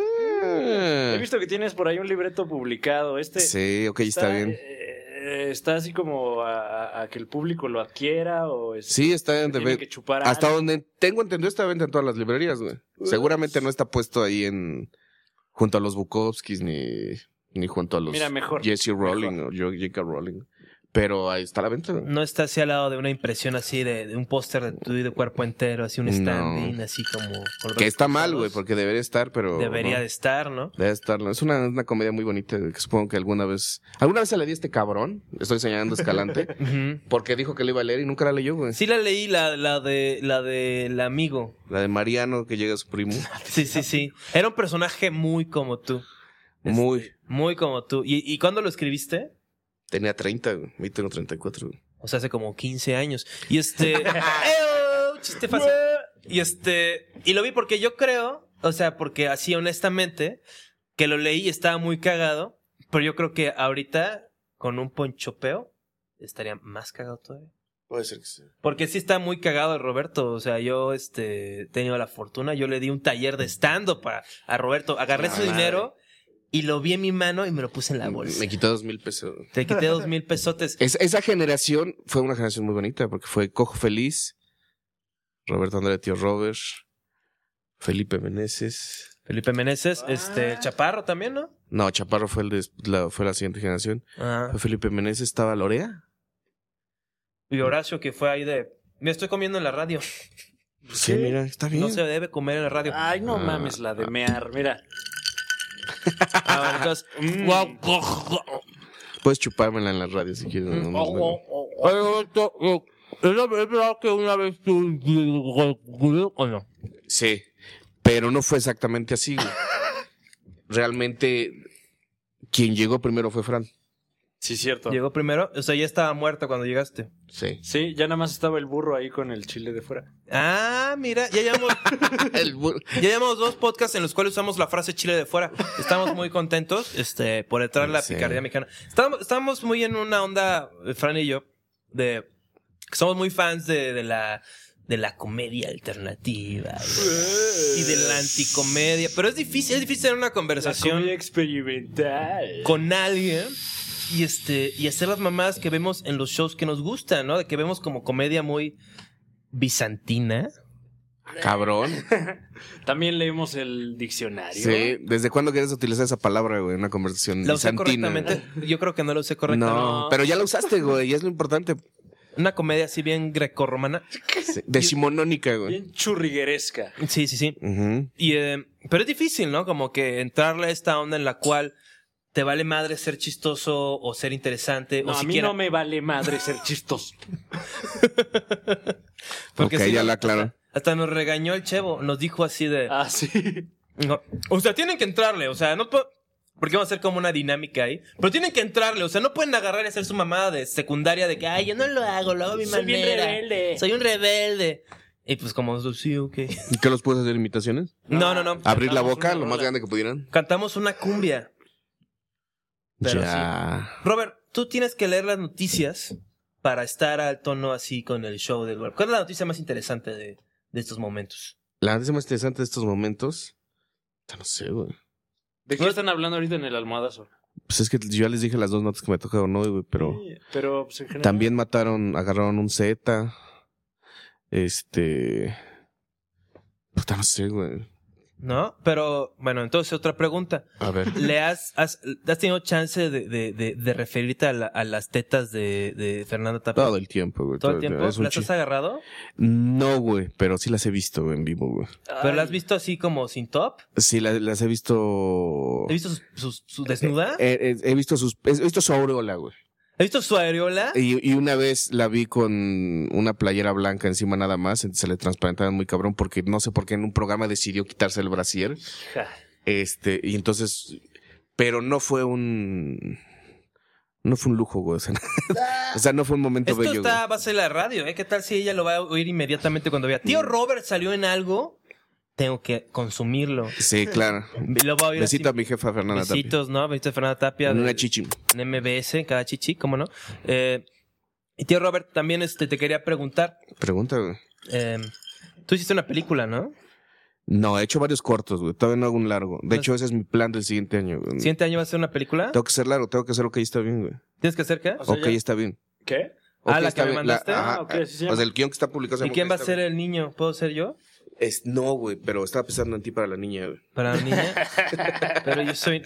[SPEAKER 4] He visto que tienes por ahí un libreto publicado. Este
[SPEAKER 5] Sí, ok, está bien.
[SPEAKER 4] eh, está así como a, a- a que el público lo adquiera o es-
[SPEAKER 5] Sí, está en
[SPEAKER 4] tiene
[SPEAKER 5] TV.
[SPEAKER 4] que chupar
[SPEAKER 5] Hasta
[SPEAKER 4] algo.
[SPEAKER 5] donde tengo entendido está venta en todas las librerías, güey. Seguramente no está puesto ahí en junto a los Bukowskis ni, ni junto a los
[SPEAKER 4] Mira, mejor.
[SPEAKER 5] Jesse Rowling o Jo- J.K. Rowling. Pero ahí está a la venta.
[SPEAKER 4] Mm.
[SPEAKER 5] güey.
[SPEAKER 2] No está así al lado de una impresión así de, de un póster de tu y de cuerpo entero, así un
[SPEAKER 5] No.
[SPEAKER 2] standing, así como. con los
[SPEAKER 5] Que está mal,
[SPEAKER 2] costados.
[SPEAKER 5] güey, porque debería estar, pero
[SPEAKER 2] Debería
[SPEAKER 5] no.
[SPEAKER 2] de estar, ¿no?
[SPEAKER 5] Debe estarlo. Es una, una comedia muy bonita güey, que supongo que alguna vez alguna vez se la di a este cabrón. Estoy señalando a Escalante
[SPEAKER 2] Ujú.
[SPEAKER 5] porque dijo que le iba a leer y nunca la leyó, güey.
[SPEAKER 2] Sí la leí, la, la de la del amigo.
[SPEAKER 5] La de Mariano que llega a su primo.
[SPEAKER 2] Sí, sí, sí. Era un personaje muy como tú.
[SPEAKER 5] Muy.
[SPEAKER 2] Muy como tú. ¿Y, y cuándo lo escribiste?
[SPEAKER 5] Tenía 30, güey. Hoy tengo 34. güey.
[SPEAKER 2] O sea, hace como 15 años. Y este. ¡Eo! Chiste fácil. Y este. Y lo vi porque yo creo, o sea, porque así honestamente, que lo leí y estaba muy cagado. Pero yo creo que ahorita, con un ponchopeo, estaría más cagado todavía.
[SPEAKER 5] Puede ser que sí.
[SPEAKER 2] Porque sí está muy cagado el Roberto. O sea, yo este, he tenido la fortuna. Yo le di un taller de stand-up a, a Roberto. Agarré
[SPEAKER 5] Ah,
[SPEAKER 2] su
[SPEAKER 5] madre. Mm,
[SPEAKER 2] dinero y lo vi en mi mano y me lo puse en la bolsa.
[SPEAKER 5] Me quitó dos mil pesos.
[SPEAKER 2] Te quité dos mil pesotes.
[SPEAKER 5] Es- esa generación fue una generación muy bonita porque fue Cojo Feliz, Roberto André Tío Robert, Felipe Meneses.
[SPEAKER 2] Felipe Meneses,
[SPEAKER 5] Ah.
[SPEAKER 2] este, Chaparro también, ¿no?
[SPEAKER 5] No, Chaparro fue, el des- la, fue la siguiente generación.
[SPEAKER 2] Ah.
[SPEAKER 5] Fue Felipe Meneses, estaba Lorea.
[SPEAKER 2] Y Horacio que fue ahí de... Me estoy comiendo en la radio.
[SPEAKER 5] Sí, mira, está bien.
[SPEAKER 2] No se debe comer en la radio.
[SPEAKER 4] Ay, no
[SPEAKER 5] Ah.
[SPEAKER 4] mames, la de mear. Mira,
[SPEAKER 2] Ah, bueno, entonces,
[SPEAKER 5] Mm.
[SPEAKER 2] guau, guau, guau.
[SPEAKER 5] Puedes chupármela en la radio si quieres. no, no, no.
[SPEAKER 6] Oye, Roberto, no, eh, ¿Es verdad que una vez tú... o no?
[SPEAKER 5] Sí, pero no fue exactamente así. güey. Realmente, quien llegó primero fue Fran.
[SPEAKER 4] sí, cierto.
[SPEAKER 2] Llegó primero. O sea, ya estaba muerta cuando llegaste.
[SPEAKER 5] Sí.
[SPEAKER 4] Sí, ya nada más estaba el burro ahí con el chile de fuera.
[SPEAKER 2] Ah, mira, ya llevamos,
[SPEAKER 5] El bu-
[SPEAKER 2] ya llevamos dos podcasts en los cuales usamos la frase chile de fuera. Estamos muy contentos este, por entrar en la
[SPEAKER 5] Sí.
[SPEAKER 2] picardía mexicana. Estamos, estamos muy en una onda, eh, Fran y yo, de que somos muy fans de, de la, de la comedia alternativa y y de la
[SPEAKER 5] Pues.
[SPEAKER 2] anticomedia. Pero es difícil, es difícil tener una
[SPEAKER 4] La
[SPEAKER 2] conversación.
[SPEAKER 4] comida experimental.
[SPEAKER 2] con alguien y este y hacer las mamadas que vemos en los shows que nos gustan, ¿no? De que vemos como comedia muy bizantina.
[SPEAKER 5] Cabrón.
[SPEAKER 4] También leemos el diccionario.
[SPEAKER 5] Sí. ¿Desde cuándo quieres utilizar esa palabra, güey, en una conversación
[SPEAKER 2] La usé
[SPEAKER 5] bizantina?
[SPEAKER 2] correctamente. Yo creo que no la usé correctamente.
[SPEAKER 5] No, pero ya la usaste, güey, y es lo importante.
[SPEAKER 2] Una comedia así bien grecorromana.
[SPEAKER 5] Decimonónica, güey.
[SPEAKER 4] Bien churrigueresca.
[SPEAKER 2] Sí, sí, sí.
[SPEAKER 5] Ujú.
[SPEAKER 2] Y, eh, pero es difícil, ¿no? Como que entrarle a esta onda en la cual te vale madre ser chistoso o ser interesante
[SPEAKER 4] No,
[SPEAKER 2] o
[SPEAKER 4] a mí
[SPEAKER 2] siquiera.
[SPEAKER 4] no me vale madre ser chistoso.
[SPEAKER 2] Porque
[SPEAKER 5] ok,
[SPEAKER 2] si
[SPEAKER 5] ya
[SPEAKER 2] no-
[SPEAKER 5] la aclaro.
[SPEAKER 2] Hasta nos regañó el chevo. Nos dijo así de.
[SPEAKER 4] Ah, sí.
[SPEAKER 2] No. O sea, tienen que entrarle, o sea, no po- porque vamos a hacer como una dinámica ahí. Pero tienen que entrarle, o sea, no pueden agarrar y hacer su mamada de secundaria de que, ay, yo no lo hago, lo hago a mi
[SPEAKER 4] Soy bien
[SPEAKER 2] manera.
[SPEAKER 4] rebelde."
[SPEAKER 2] Soy un rebelde. Y pues como, sí, ok.
[SPEAKER 5] ¿Y ¿Qué los puedes hacer imitaciones?
[SPEAKER 2] No, no, no.
[SPEAKER 5] Abrir la
[SPEAKER 2] Cantamos
[SPEAKER 5] boca
[SPEAKER 2] una
[SPEAKER 5] lo más
[SPEAKER 2] rola.
[SPEAKER 5] grande que pudieran.
[SPEAKER 2] Cantamos una cumbia. Pero
[SPEAKER 5] ya.
[SPEAKER 2] Robert, tú tienes que leer las noticias para estar al tono así con el show del... ¿Cuál es la noticia más interesante de, de estos momentos?
[SPEAKER 5] La noticia más interesante de estos momentos. ya No sé, güey.
[SPEAKER 4] ¿De qué están hablando ahorita en el almohadazo?
[SPEAKER 5] Pues es que yo ya les dije las dos notas que me tocaron hoy, güey, pero
[SPEAKER 4] Sí, pero pues, en general,
[SPEAKER 5] también mataron, agarraron un Z. Este. Puta, no sé, güey.
[SPEAKER 2] ¿No? Pero, bueno, entonces otra pregunta.
[SPEAKER 5] A ver.
[SPEAKER 2] ¿Le has, has, has tenido chance de, de, de, de referirte a, la- a las tetas de, de Fernando Tapia?
[SPEAKER 5] Todo el tiempo, güey.
[SPEAKER 2] ¿Todo el tiempo?
[SPEAKER 5] Es un
[SPEAKER 2] ¿Las
[SPEAKER 5] chi-
[SPEAKER 2] has agarrado?
[SPEAKER 5] No, güey, pero sí las he visto güey, en vivo, güey.
[SPEAKER 2] ¿Pero las has visto así como sin top?
[SPEAKER 5] Sí, la- las, he visto.
[SPEAKER 2] ¿Has visto su, su- su desnuda?
[SPEAKER 5] Eh, eh, he visto sus. He visto su aureola, güey.
[SPEAKER 2] ¿Has visto su areola?
[SPEAKER 5] Y, y una vez la vi con una playera blanca encima nada más, se le transparentaban muy cabrón porque no sé por qué en un programa decidió quitarse el brasier.
[SPEAKER 4] Ja.
[SPEAKER 5] Este, y entonces, pero no fue un, no fue un lujo, güey. O sea, o sea, no fue un momento
[SPEAKER 2] Esto
[SPEAKER 5] bello.
[SPEAKER 2] está a base de la radio, ¿eh? ¿Qué tal si ella lo va a oír inmediatamente cuando vea?
[SPEAKER 5] Mm.
[SPEAKER 2] Tío Robert salió en algo, tengo que consumirlo.
[SPEAKER 5] güey. Sí, claro.
[SPEAKER 2] Y lo va a oír
[SPEAKER 5] Besito a
[SPEAKER 2] así.
[SPEAKER 5] mi jefa Fernanda Tapia.
[SPEAKER 2] Besitos, ¿no? Besitos de Fernanda Tapia.
[SPEAKER 5] En
[SPEAKER 2] de-
[SPEAKER 5] una chichi.
[SPEAKER 2] en MBS, cada chichi, ¿cómo no? Eh, y tío Robert, también este, te quería preguntar,
[SPEAKER 5] Pregunta, güey.
[SPEAKER 2] eh, tú hiciste una película, ¿no?
[SPEAKER 5] No, he hecho varios cortos, güey. Todavía no hago un largo. De hecho, ese es mi plan del siguiente año, güey.
[SPEAKER 2] ¿Siguiente año vas a hacer una película?
[SPEAKER 5] Tengo que ser largo, tengo que hacer ok, está bien, güey.
[SPEAKER 2] ¿Tienes que hacer qué?
[SPEAKER 4] O sea,
[SPEAKER 5] ok,
[SPEAKER 4] ya-
[SPEAKER 5] está bien.
[SPEAKER 4] ¿Qué?
[SPEAKER 2] Ah,
[SPEAKER 5] Ok,
[SPEAKER 2] ¿la que
[SPEAKER 5] está
[SPEAKER 2] me
[SPEAKER 5] bien.
[SPEAKER 2] mandaste?
[SPEAKER 4] Ah, ok, sí, sí.
[SPEAKER 5] O sea, el guión que está publicado. se
[SPEAKER 2] ¿Y
[SPEAKER 5] llama
[SPEAKER 2] quién va a
[SPEAKER 5] Está
[SPEAKER 2] ser
[SPEAKER 5] bien.
[SPEAKER 2] el niño? ¿Puedo ser yo?
[SPEAKER 5] Es- no, güey, pero estaba pensando en ti para la niña, güey.
[SPEAKER 2] Para la niña. Pero yo soy...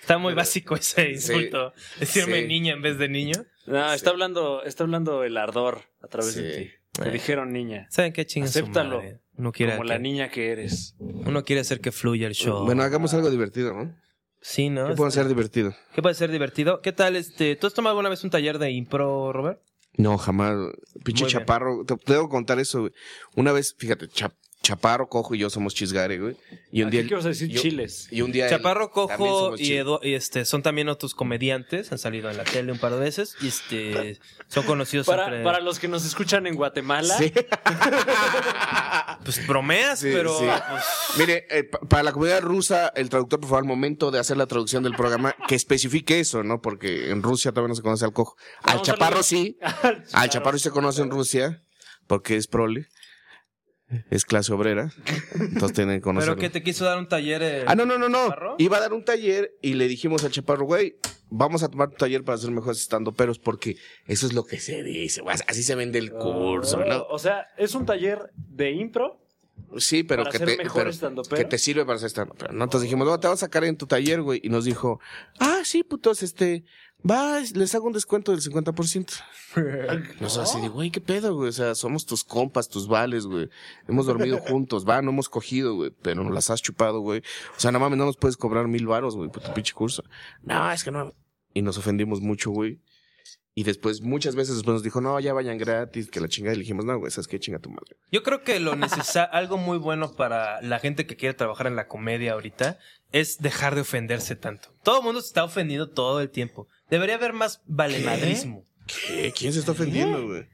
[SPEAKER 2] Está muy básico ese
[SPEAKER 5] Sí.
[SPEAKER 2] insulto. Decirme
[SPEAKER 5] Sí.
[SPEAKER 2] niña en vez de niño.
[SPEAKER 4] No, está hablando, está hablando el ardor a través de
[SPEAKER 5] Sí.
[SPEAKER 4] ti. Te dijeron niña.
[SPEAKER 2] ¿Saben qué chingas?
[SPEAKER 4] Acéptalo.
[SPEAKER 2] Uno quiere,
[SPEAKER 4] Como
[SPEAKER 2] que-
[SPEAKER 4] la niña que eres.
[SPEAKER 2] uno quiere hacer que fluya el show.
[SPEAKER 5] Bueno, hagamos algo divertido, ¿no?
[SPEAKER 2] sí, ¿no?
[SPEAKER 5] ¿Qué puedo hacer divertido?
[SPEAKER 2] ¿Qué puede ser divertido? ¿Qué tal este? ¿Tú has tomado alguna vez un taller de impro, Robert?
[SPEAKER 5] No, jamás. Pinche
[SPEAKER 2] Muy bien.
[SPEAKER 5] chaparro. Te, te debo contar eso, güey. Una vez, fíjate, Cha- chaparro, cojo y yo somos chisgare, güey. Y un
[SPEAKER 4] Aquí
[SPEAKER 5] día.
[SPEAKER 4] qué vas a decir
[SPEAKER 5] yo-
[SPEAKER 4] chiles.
[SPEAKER 5] Y un día. él-
[SPEAKER 2] Chaparro
[SPEAKER 5] también
[SPEAKER 2] Cojo
[SPEAKER 5] somos
[SPEAKER 2] y,
[SPEAKER 5] chis-
[SPEAKER 2] Edu- y, este son también otros comediantes, han salido en la tele un par de veces y este son conocidos
[SPEAKER 4] Para,
[SPEAKER 2] entre-
[SPEAKER 4] para los que nos escuchan en Guatemala,
[SPEAKER 5] Sí.
[SPEAKER 2] pues bromeas,
[SPEAKER 5] Sí,
[SPEAKER 2] pero
[SPEAKER 5] sí.
[SPEAKER 2] pues,
[SPEAKER 5] Mire, eh, pa- para la comunidad rusa, el traductor, por favor, al momento de hacer la traducción del programa, que especifique eso, ¿no? Porque en Rusia todavía no se conoce al cojo. Al
[SPEAKER 4] Vamos a
[SPEAKER 5] chaparro
[SPEAKER 4] hablar-
[SPEAKER 5] sí. Al Ah, chaparro sí se conoce en Rusia, porque es prole. Es clase obrera. Entonces tienen que conocerlo.
[SPEAKER 2] pero que te quiso dar un taller eh,
[SPEAKER 5] Ah, no, no, no, no.
[SPEAKER 2] ¿Chaparro?
[SPEAKER 5] Iba a dar un taller y le dijimos al chaparro, güey, vamos a tomar tu taller para ser mejores estando peros, porque eso es lo que se dice, güey. Así se vende el curso,
[SPEAKER 4] Oh,
[SPEAKER 5] ¿no?
[SPEAKER 4] O sea, es un taller de impro.
[SPEAKER 5] Sí, pero,
[SPEAKER 4] Para
[SPEAKER 5] que
[SPEAKER 4] ser
[SPEAKER 5] te,
[SPEAKER 4] mejor
[SPEAKER 5] pero
[SPEAKER 4] estandopero.
[SPEAKER 5] que te sirve para ser estando pero ¿no? Entonces dijimos, no, te vas a sacar en tu taller, güey. Y nos dijo, ah, sí, putos, este, va, les hago un descuento del 50%. Nosotros así de, güey, qué pedo, güey. O sea, somos tus compas, tus vales, güey. Hemos dormido juntos, va, no hemos cogido, güey. Pero nos las has chupado, güey. O sea, no mames, no nos puedes cobrar mil varos, güey, por tu pinche curso. No, es que no. Y nos ofendimos mucho, güey. Y después, muchas veces después nos dijo, no, ya vayan gratis, que la chingada. Y le dijimos, no, güey, ¿sabes qué? Chinga tu madre.
[SPEAKER 2] Yo creo que lo necesario, algo muy bueno para la gente que quiere trabajar en la comedia ahorita es dejar de ofenderse tanto. Todo el mundo se está ofendiendo todo el tiempo. Debería haber más valemadrismo.
[SPEAKER 5] ¿Qué? ¿Quién se está ofendiendo, güey?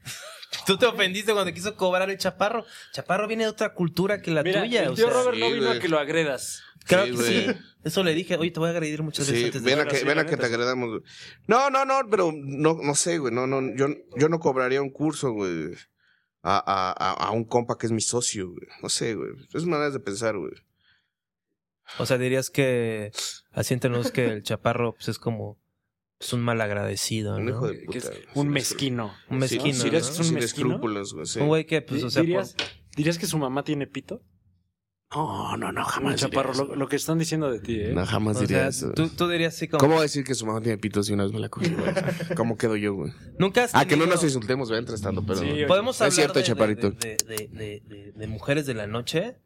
[SPEAKER 2] Tú te ofendiste cuando quiso cobrar el chaparro. Chaparro viene de otra cultura que la
[SPEAKER 4] Mira,
[SPEAKER 2] tuya.
[SPEAKER 4] el
[SPEAKER 2] o
[SPEAKER 4] tío
[SPEAKER 2] sea.
[SPEAKER 4] Robert no
[SPEAKER 5] Sí,
[SPEAKER 4] vino
[SPEAKER 5] güey.
[SPEAKER 4] a que lo agredas.
[SPEAKER 2] Claro
[SPEAKER 5] Sí,
[SPEAKER 2] que sí.
[SPEAKER 5] güey.
[SPEAKER 2] Eso le dije, oye, te voy a agredir muchas veces
[SPEAKER 5] Sí,
[SPEAKER 2] antes de
[SPEAKER 5] ven a
[SPEAKER 2] Ahora
[SPEAKER 5] que,
[SPEAKER 2] sí,
[SPEAKER 5] ven
[SPEAKER 2] la
[SPEAKER 5] a que
[SPEAKER 2] neta,
[SPEAKER 5] te
[SPEAKER 2] sí.
[SPEAKER 5] agradamos. güey. No, no, no, pero no, no sé, güey. No, no, yo, yo no cobraría un curso, güey. A, a, a- a un compa que es mi socio, güey. No sé, güey. Es maneras de pensar, güey.
[SPEAKER 2] O sea, dirías que así entre nosotros que el chaparro pues, es como es un malagradecido,
[SPEAKER 5] Un
[SPEAKER 2] Ah, ¿no?
[SPEAKER 5] hijo de
[SPEAKER 4] Que es
[SPEAKER 5] puta.
[SPEAKER 4] un mezquino.
[SPEAKER 2] Un
[SPEAKER 5] Sí,
[SPEAKER 2] mezquino.
[SPEAKER 5] sí, eres
[SPEAKER 2] ¿no?
[SPEAKER 4] ¿no?
[SPEAKER 5] sin
[SPEAKER 4] ¿Un mezquino?
[SPEAKER 5] escrúpulos, güey. sí.
[SPEAKER 2] Un güey que, pues, o sea,
[SPEAKER 4] ¿Dirías,
[SPEAKER 2] por-
[SPEAKER 4] dirías que su mamá tiene pito?
[SPEAKER 5] No, no, no,
[SPEAKER 4] Un
[SPEAKER 5] jamás.
[SPEAKER 4] chaparro,
[SPEAKER 5] diría
[SPEAKER 4] lo,
[SPEAKER 5] eso.
[SPEAKER 4] lo que están diciendo de ti, ¿eh?
[SPEAKER 5] No, jamás
[SPEAKER 2] o
[SPEAKER 5] diría
[SPEAKER 2] sea,
[SPEAKER 5] eso.
[SPEAKER 2] tú, tú dirías así como.
[SPEAKER 5] ¿Cómo voy a decir que su mamá tiene pito si una vez me la cogí, güey? ¿Cómo quedo yo, güey?
[SPEAKER 2] Nunca has
[SPEAKER 5] Ah, que no
[SPEAKER 2] tenido-
[SPEAKER 5] nos insultemos, güey, entre tanto, pero.
[SPEAKER 4] Sí,
[SPEAKER 5] no.
[SPEAKER 4] oye.
[SPEAKER 2] Podemos
[SPEAKER 5] No
[SPEAKER 2] hablar
[SPEAKER 5] es cierto,
[SPEAKER 2] de,
[SPEAKER 5] chaparrito.
[SPEAKER 2] De, de- de- de- de mujeres de la noche.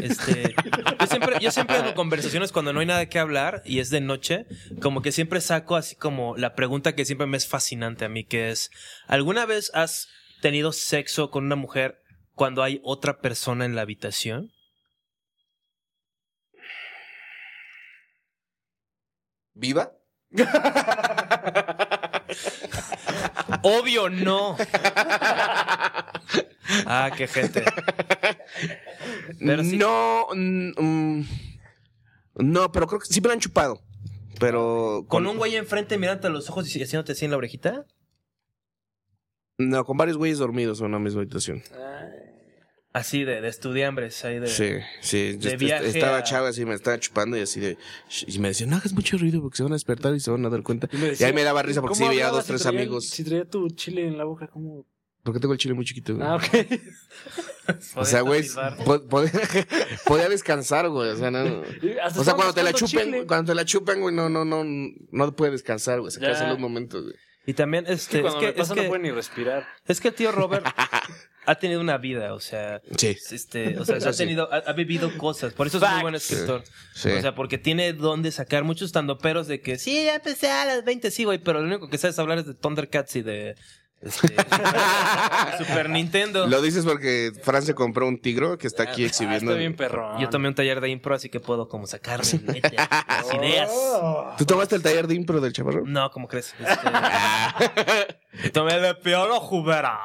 [SPEAKER 2] Este, yo siempre, yo siempre en conversaciones cuando no hay nada que hablar y es de noche, como que siempre saco así como la pregunta que siempre me es fascinante a mí, que es, ¿alguna vez has tenido sexo con una mujer cuando hay otra persona en la habitación?
[SPEAKER 5] ¿Viva?
[SPEAKER 2] Ah, Obvio no. Ah, qué gente. Pero sí-
[SPEAKER 5] No, mm, mm, no, pero creo que sí me lo han chupado. Pero
[SPEAKER 2] Con un güey enfrente mirándote a los ojos y haciéndote así en la orejita.
[SPEAKER 5] No, con varios güeyes dormidos en una misma habitación.
[SPEAKER 2] así de, de estudiambres, ahí de...
[SPEAKER 5] Sí, sí. Yo est-
[SPEAKER 2] viaje
[SPEAKER 5] estaba
[SPEAKER 2] a-
[SPEAKER 5] chava así, me estaba chupando y así de. sh- Y me decía, no hagas mucho ruido porque se van a despertar y se van a dar cuenta.
[SPEAKER 4] Y, me
[SPEAKER 5] Y
[SPEAKER 4] decía,
[SPEAKER 5] ahí me daba risa porque sí
[SPEAKER 4] ¿cómo
[SPEAKER 5] veía
[SPEAKER 4] hablabas
[SPEAKER 5] dos,
[SPEAKER 4] si
[SPEAKER 5] tres
[SPEAKER 4] traía el-
[SPEAKER 5] amigos.
[SPEAKER 4] Si traía tu chile en la boca, ¿cómo?
[SPEAKER 5] Porque tengo el chile muy chiquito, güey.
[SPEAKER 4] Ah, ok.
[SPEAKER 5] o sea, güey,
[SPEAKER 2] Silbar.
[SPEAKER 5] po- podía, podía descansar, güey. O sea, no.
[SPEAKER 4] Hasta
[SPEAKER 5] O sea, cuando
[SPEAKER 4] estábamos
[SPEAKER 5] te la
[SPEAKER 4] buscando
[SPEAKER 5] chupen,
[SPEAKER 4] chile.
[SPEAKER 5] güey, cuando te la chupen, güey, no, no, no, no puede descansar, güey. Se
[SPEAKER 4] Ya.
[SPEAKER 5] cansan los momentos, güey.
[SPEAKER 2] Y también,
[SPEAKER 4] Es que
[SPEAKER 2] este, es
[SPEAKER 4] cuando
[SPEAKER 2] que,
[SPEAKER 4] me
[SPEAKER 2] es,
[SPEAKER 4] pasa
[SPEAKER 2] que,
[SPEAKER 4] no puedo ni respirar.
[SPEAKER 2] es que el tío Robert ha tenido una vida, o sea,
[SPEAKER 5] Sí,
[SPEAKER 2] este, o sea,
[SPEAKER 5] Eso
[SPEAKER 2] ha
[SPEAKER 5] sí.
[SPEAKER 2] tenido, ha, ha vivido cosas, por eso es muy buen escritor.
[SPEAKER 5] sí.
[SPEAKER 2] O sea, porque tiene donde sacar muchos tandoperos de que sí, ya empecé a las 20, sí, güey, pero lo único que sabes hablar es de Thundercats y de este, Super Nintendo.
[SPEAKER 5] Lo dices porque Fran se compró un tigro que está aquí
[SPEAKER 4] Ah,
[SPEAKER 5] exhibiendo.
[SPEAKER 4] está bien perrón.
[SPEAKER 2] Yo tomé un taller de impro, así que puedo como sacarme neta, las ideas.
[SPEAKER 5] ¿Tú tomaste el taller de impro del chaparro?
[SPEAKER 2] No, ¿cómo crees? Este, tomé de piolo jubera.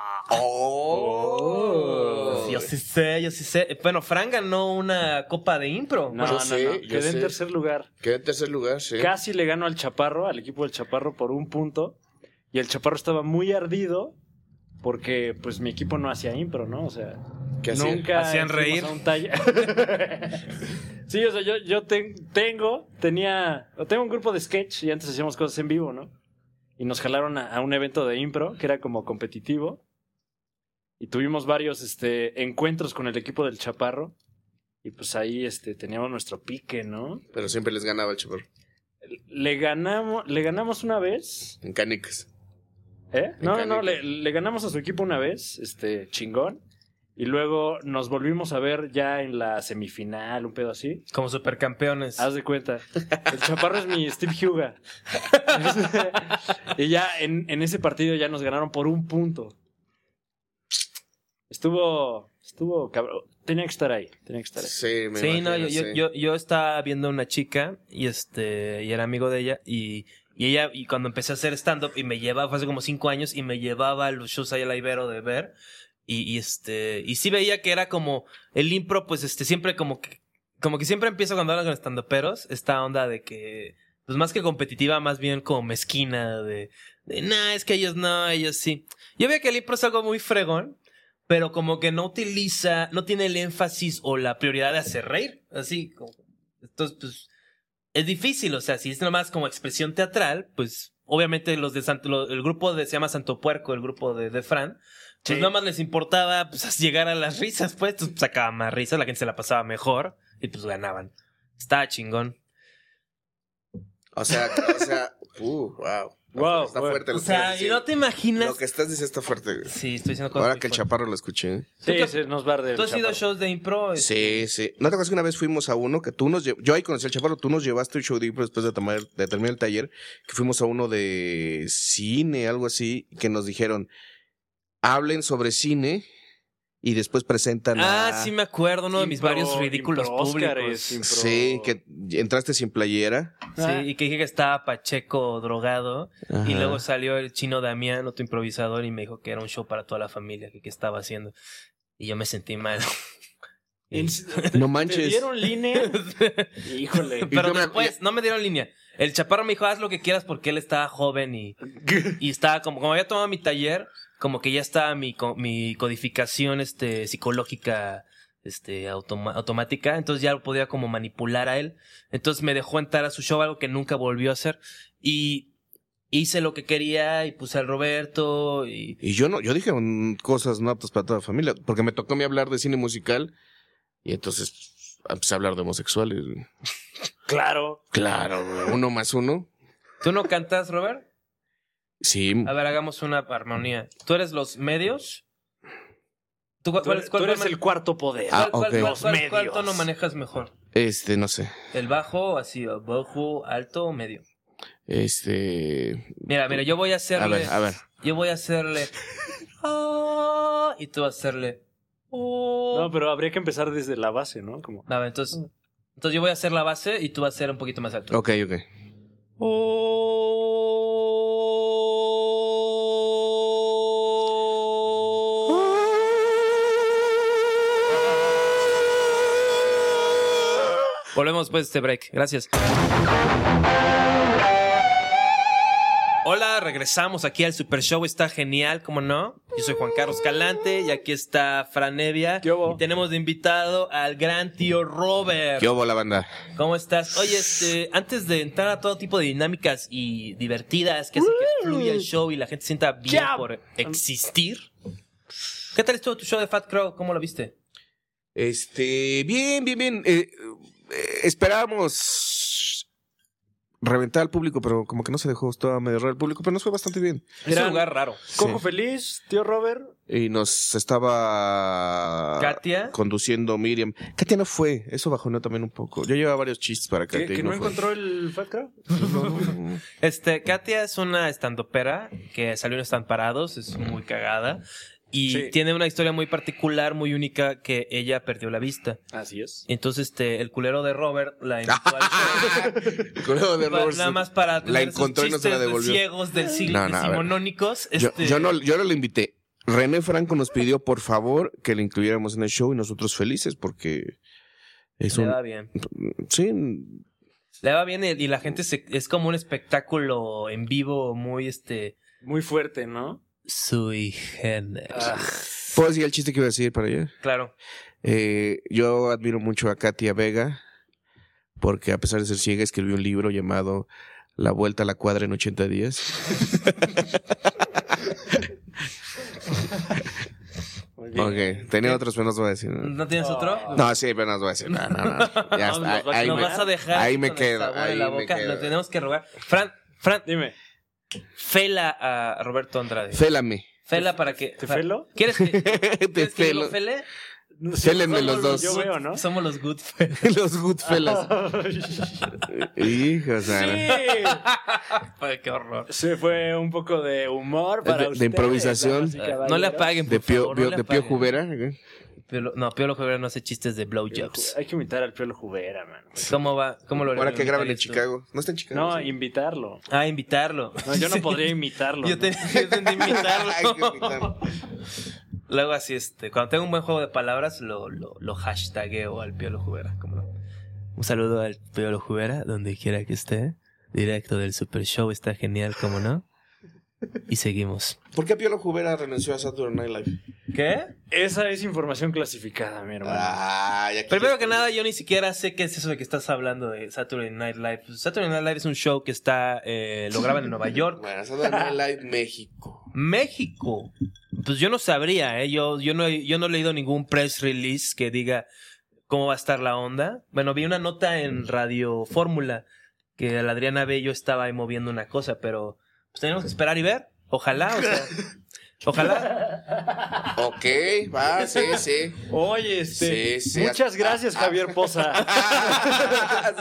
[SPEAKER 5] Oh.
[SPEAKER 2] Yo sí sé, yo sí sé. Bueno, Fran ganó una copa de impro.
[SPEAKER 4] No,
[SPEAKER 5] Yo
[SPEAKER 4] no, no.
[SPEAKER 5] sé, yo
[SPEAKER 4] Quedé
[SPEAKER 5] sé.
[SPEAKER 4] en tercer lugar.
[SPEAKER 5] Quedé en tercer lugar, sí.
[SPEAKER 4] Casi le gano al Chaparro, al equipo del Chaparro, por un punto. Y el Chaparro estaba muy ardido porque, pues, mi equipo no hacía impro, ¿no? O sea,
[SPEAKER 5] ¿Qué hacía?
[SPEAKER 4] nunca
[SPEAKER 2] Hacían
[SPEAKER 4] fuimos
[SPEAKER 2] reír.
[SPEAKER 4] a un taller. sí, o sea, yo, yo ten- tengo, tenía, tengo un grupo de sketch y antes hacíamos cosas en vivo, ¿no? Y nos jalaron a, a un evento de impro que era como competitivo. Y tuvimos varios este, encuentros con el equipo del Chaparro. Y pues ahí este, teníamos nuestro pique, ¿no?
[SPEAKER 5] Pero siempre les ganaba el chaparro.
[SPEAKER 4] Le ganamos, le ganamos una vez.
[SPEAKER 5] En canicas.
[SPEAKER 4] ¿Eh? No, no, no,
[SPEAKER 5] Mecánico.
[SPEAKER 4] le, le ganamos a su equipo una vez, este, chingón. Y luego nos volvimos a ver ya en la semifinal, un pedo así.
[SPEAKER 2] Como supercampeones.
[SPEAKER 4] Haz de cuenta. El chaparro es mi Steve Huga. y ya en, en ese partido ya nos ganaron por un punto. Estuvo. Estuvo cabrón. Tenía que estar ahí. Tenía que estar ahí.
[SPEAKER 5] Sí, me
[SPEAKER 2] sí,
[SPEAKER 5] imagino,
[SPEAKER 2] no, yo, yo,
[SPEAKER 5] sí.
[SPEAKER 2] yo, yo estaba viendo a una chica y este y era amigo de ella y, y ella y cuando empecé a hacer stand up y me llevaba fue hace como cinco años y me llevaba a los shows ahí a la Ibero de ver y, y, este y sí veía que era como el impro pues este siempre como que como que siempre empiezo cuando hablas con stand uperos esta onda de que pues más que competitiva más bien como mezquina de, de nah, es que ellos no ellos sí yo veía que el impro es algo muy fregón pero como que no utiliza, no tiene el énfasis o la prioridad de hacer reír. Así, como, entonces, pues, es difícil, o sea, si es nomás como expresión teatral, pues, obviamente los de Santo, lo- el grupo de, se llama Santo Puerco, el grupo de, de Fran, pues
[SPEAKER 4] Sí.
[SPEAKER 2] nomás les importaba, pues, llegar a las risas, pues, pues, sacaba más risas, la gente se la pasaba mejor, y pues ganaban. Estaba chingón.
[SPEAKER 5] O sea, o sea, uh, wow.
[SPEAKER 4] Wow,
[SPEAKER 5] está
[SPEAKER 4] wow.
[SPEAKER 5] fuerte
[SPEAKER 2] O
[SPEAKER 5] lo que estás
[SPEAKER 2] sea, y no
[SPEAKER 5] diciendo.
[SPEAKER 2] te imaginas...
[SPEAKER 5] Lo que estás diciendo está fuerte, güey.
[SPEAKER 2] Sí, estoy diciendo cosas
[SPEAKER 5] Ahora
[SPEAKER 2] muy
[SPEAKER 5] que el
[SPEAKER 2] fuertes.
[SPEAKER 5] chaparro lo escuché. ¿eh?
[SPEAKER 4] Sí,
[SPEAKER 2] ¿Tú,
[SPEAKER 4] sí, nos va a arder el
[SPEAKER 2] tú has ido a
[SPEAKER 4] Chaparro.
[SPEAKER 2] shows de impro?
[SPEAKER 5] Sí, sí. ¿No te acuerdas que una vez fuimos a uno que tú nos lle- Yo ahí conocí al chaparro, tú nos llevaste un show de impro después de, tomar- de terminar el taller, que fuimos a uno de cine, algo así, que nos dijeron, hablen sobre cine y después presentan a...
[SPEAKER 2] Ah, sí me acuerdo, uno de mis
[SPEAKER 4] Impro-
[SPEAKER 2] varios ridículos
[SPEAKER 4] impro Óscares,
[SPEAKER 2] públicos.
[SPEAKER 4] impro-
[SPEAKER 5] Sí, que entraste sin playera.
[SPEAKER 4] Ah.
[SPEAKER 2] Sí, y que dije que estaba Pacheco drogado.
[SPEAKER 5] Ajá.
[SPEAKER 2] Y luego salió el chino Damián, otro improvisador, y me dijo que era un show para toda la familia, que qué estaba haciendo. Y yo me sentí mal.
[SPEAKER 4] En-
[SPEAKER 5] No
[SPEAKER 4] ¿Te
[SPEAKER 5] manches.
[SPEAKER 4] dieron línea? Híjole.
[SPEAKER 5] yo
[SPEAKER 2] Pero
[SPEAKER 5] me-
[SPEAKER 2] después no me dieron línea. El chaparro me dijo, haz lo que quieras porque él estaba joven y, y estaba como, como había tomado mi taller, como que ya estaba mi, co- mi codificación este, psicológica este, automa- automática, entonces ya lo podía como manipular a él. Entonces me dejó entrar a su show, algo que nunca volvió a hacer. Y hice lo que quería y puse al Roberto y...
[SPEAKER 5] Y yo no, yo dije mm, cosas no aptas para toda la familia, porque me tocó a mí hablar de cine musical y entonces empecé a hablar de homosexuales. güey.
[SPEAKER 4] Claro.
[SPEAKER 5] Claro, güey, uno más uno.
[SPEAKER 2] ¿Tú no cantas, Robert?
[SPEAKER 5] Sí,
[SPEAKER 2] A ver, hagamos una armonía. ¿Tú eres los medios? ¿Tú,
[SPEAKER 4] Tú,
[SPEAKER 2] cuál, cuál-
[SPEAKER 4] tú eres
[SPEAKER 2] cuál-
[SPEAKER 4] el cuarto poder.
[SPEAKER 5] Ah,
[SPEAKER 2] ¿Cuál, cuál-
[SPEAKER 5] ok.
[SPEAKER 2] cuál-
[SPEAKER 4] Los
[SPEAKER 2] cuál-
[SPEAKER 4] medios.
[SPEAKER 2] cuál tono manejas mejor?
[SPEAKER 5] este, no sé.
[SPEAKER 2] ¿El bajo, así, bajo, alto o medio?
[SPEAKER 5] Este.
[SPEAKER 2] Mira, mira, yo voy a hacerle.
[SPEAKER 5] A ver, a ver.
[SPEAKER 2] Yo voy a hacerle. ah, y tú vas a hacerle. oh.
[SPEAKER 4] No, pero habría que empezar desde la base, ¿no? Como.
[SPEAKER 2] A ver, entonces. Entonces yo voy a hacer la base y tú vas a hacer un poquito más alto.
[SPEAKER 5] Ok, ok.
[SPEAKER 2] pues, Volvemos después de este break. Gracias. Hola, pausa, regresamos aquí al Super Show, está genial, ¿cómo no? Yo soy Juan Carlos Calante y aquí está Fran Evia.
[SPEAKER 4] ¿Qué hubo?
[SPEAKER 2] Y tenemos de invitado al gran tío Robert.
[SPEAKER 5] ¿Qué hubo, la banda?
[SPEAKER 2] ¿Cómo estás? Oye, este, antes de entrar a todo tipo de dinámicas y divertidas que hacen que fluya el show y la gente sienta bien
[SPEAKER 4] Ya.
[SPEAKER 2] por existir, ¿qué tal estuvo tu show de Fat Crow? ¿Cómo lo viste?
[SPEAKER 5] Este, bien, bien, bien. Eh, eh, esperábamos reventar al público, pero como que no se dejó, estaba medio raro el público, pero nos fue bastante bien.
[SPEAKER 2] Es un
[SPEAKER 4] Gran-
[SPEAKER 2] lugar raro.
[SPEAKER 4] Coco
[SPEAKER 5] Sí.
[SPEAKER 4] Feliz, tío Robert.
[SPEAKER 5] Y nos estaba
[SPEAKER 2] ¿Katia?
[SPEAKER 5] conduciendo Miriam. Katia no fue, eso bajonó también un poco. Yo llevaba varios chistes para
[SPEAKER 4] Que,
[SPEAKER 5] Katia. y
[SPEAKER 4] que no
[SPEAKER 5] fue.
[SPEAKER 4] encontró el Fat Crab.
[SPEAKER 2] Este, Katia es una estandopera que salió en Están Parados, es muy cagada. Y
[SPEAKER 4] Sí.
[SPEAKER 2] tiene una historia muy particular, muy única, que ella perdió la vista.
[SPEAKER 4] Así es.
[SPEAKER 2] Entonces, este, el culero de Robert la invitó al show.
[SPEAKER 5] Culero de
[SPEAKER 2] Pa-
[SPEAKER 5] Robert
[SPEAKER 2] Nada
[SPEAKER 5] Stone.
[SPEAKER 2] más para
[SPEAKER 5] La
[SPEAKER 2] tener esos
[SPEAKER 5] encontró y no se la
[SPEAKER 2] chistes de
[SPEAKER 5] devolvió.
[SPEAKER 2] ciegos del siglo
[SPEAKER 5] No, no, a ver.
[SPEAKER 2] decimonónicos.
[SPEAKER 5] Yo,
[SPEAKER 2] Este,
[SPEAKER 5] yo no, yo no le invité. René Franco nos pidió, por favor, que le incluyéramos en el show y nosotros felices porque es
[SPEAKER 2] le
[SPEAKER 5] un...
[SPEAKER 2] va bien.
[SPEAKER 5] Sí,
[SPEAKER 2] Le va bien y, y la gente se- es como un espectáculo en vivo muy, este,
[SPEAKER 4] Muy fuerte, ¿no?
[SPEAKER 2] sui generis.
[SPEAKER 5] puedo decir el chiste que iba a decir para allá.
[SPEAKER 2] Claro.
[SPEAKER 5] Eh, yo admiro mucho a Katia Vega porque a pesar de ser ciega escribió un libro llamado La Vuelta a la Cuadra en 80 días.
[SPEAKER 4] Muy bien.
[SPEAKER 5] Ok, tenía otros, pero no os voy a decir.
[SPEAKER 2] ¿No tienes otro?
[SPEAKER 5] No, sí, pero no os voy a decir. No, no, no. Ya
[SPEAKER 2] No,
[SPEAKER 5] está,
[SPEAKER 2] nos va-
[SPEAKER 5] ahí
[SPEAKER 2] nos
[SPEAKER 5] me-
[SPEAKER 2] vas a dejar
[SPEAKER 5] ahí
[SPEAKER 2] con
[SPEAKER 5] me
[SPEAKER 2] el
[SPEAKER 5] quedo,
[SPEAKER 2] sabor en
[SPEAKER 5] ahí
[SPEAKER 2] la
[SPEAKER 5] me
[SPEAKER 2] boca.
[SPEAKER 5] quedo.
[SPEAKER 2] Lo tenemos que rogar. Fran, Fran,
[SPEAKER 4] Dime,
[SPEAKER 2] fela a Roberto Andrade.
[SPEAKER 5] Félame.
[SPEAKER 2] fela para que.
[SPEAKER 4] ¿te
[SPEAKER 2] para-
[SPEAKER 4] felo?
[SPEAKER 2] ¿Quieres que,
[SPEAKER 5] Te
[SPEAKER 2] ¿quieres que yo lo
[SPEAKER 5] felo.
[SPEAKER 2] fele?
[SPEAKER 5] Félenme los dos.
[SPEAKER 4] Yo veo, ¿no?
[SPEAKER 2] Somos los good fel.
[SPEAKER 5] Los Goodfellas. Hijos, Ana.
[SPEAKER 4] sí.
[SPEAKER 2] Ay, qué horror.
[SPEAKER 4] Se fue un poco de humor para
[SPEAKER 5] De- de
[SPEAKER 4] ustedes,
[SPEAKER 5] improvisación.
[SPEAKER 4] damas y caballeros.
[SPEAKER 2] Eh, No le apaguen, por
[SPEAKER 5] De Pio,
[SPEAKER 2] favor, no
[SPEAKER 5] Pio-
[SPEAKER 2] le
[SPEAKER 5] de Pio
[SPEAKER 2] apaguen.
[SPEAKER 5] Jubera. ¿eh?
[SPEAKER 2] Piolo- no, Piolo Jubera no hace chistes de blowjobs.
[SPEAKER 4] Hay que invitar al Piolo Jubera, man.
[SPEAKER 2] ¿Cómo va? ¿Cómo lo
[SPEAKER 5] Ahora que graben en
[SPEAKER 2] invitarías tú?
[SPEAKER 5] Chicago. ¿No está en Chicago?
[SPEAKER 4] No,
[SPEAKER 5] Sí.
[SPEAKER 4] invitarlo.
[SPEAKER 2] Ah, invitarlo.
[SPEAKER 4] No, yo no
[SPEAKER 2] Sí.
[SPEAKER 4] podría imitarlo.
[SPEAKER 2] Yo
[SPEAKER 4] ¿no?
[SPEAKER 2] te- yo entendí
[SPEAKER 5] Ay, qué
[SPEAKER 2] invitarlo.
[SPEAKER 5] picante.
[SPEAKER 2] Luego así, este, cuando tengo un buen juego de palabras, lo, lo, lo hashtagueo al Piolo Jubera. ¿cómo no? Un saludo al Piolo Jubera, donde quiera que esté. Directo del Super Show, está genial, ¿cómo no? Y seguimos.
[SPEAKER 5] ¿Por qué Piolo Jubera renunció a Saturday Night Live?
[SPEAKER 2] ¿Qué?
[SPEAKER 4] Esa es información clasificada, mi hermano.
[SPEAKER 5] Ah, ya que-
[SPEAKER 2] Primero que nada, yo ni siquiera sé qué es eso de que estás hablando de Saturday Night Live. Saturday Night Live es un show que está, eh, lo graban en Nueva York.
[SPEAKER 5] Bueno, Saturday Night Live México.
[SPEAKER 2] México. Pues yo no sabría, ¿eh? Yo, yo, no, he- yo no he leído ningún press release que diga cómo va a estar la onda. Bueno, vi una nota en Radio Fórmula que la Adriana Bello estaba ahí moviendo una cosa, pero pues tenemos que esperar y ver. Ojalá, o sea, ojalá.
[SPEAKER 5] Ok, va, sí, sí.
[SPEAKER 4] Oye, este.
[SPEAKER 5] Sí, ah, sí.
[SPEAKER 4] muchas gracias, Javier Poza.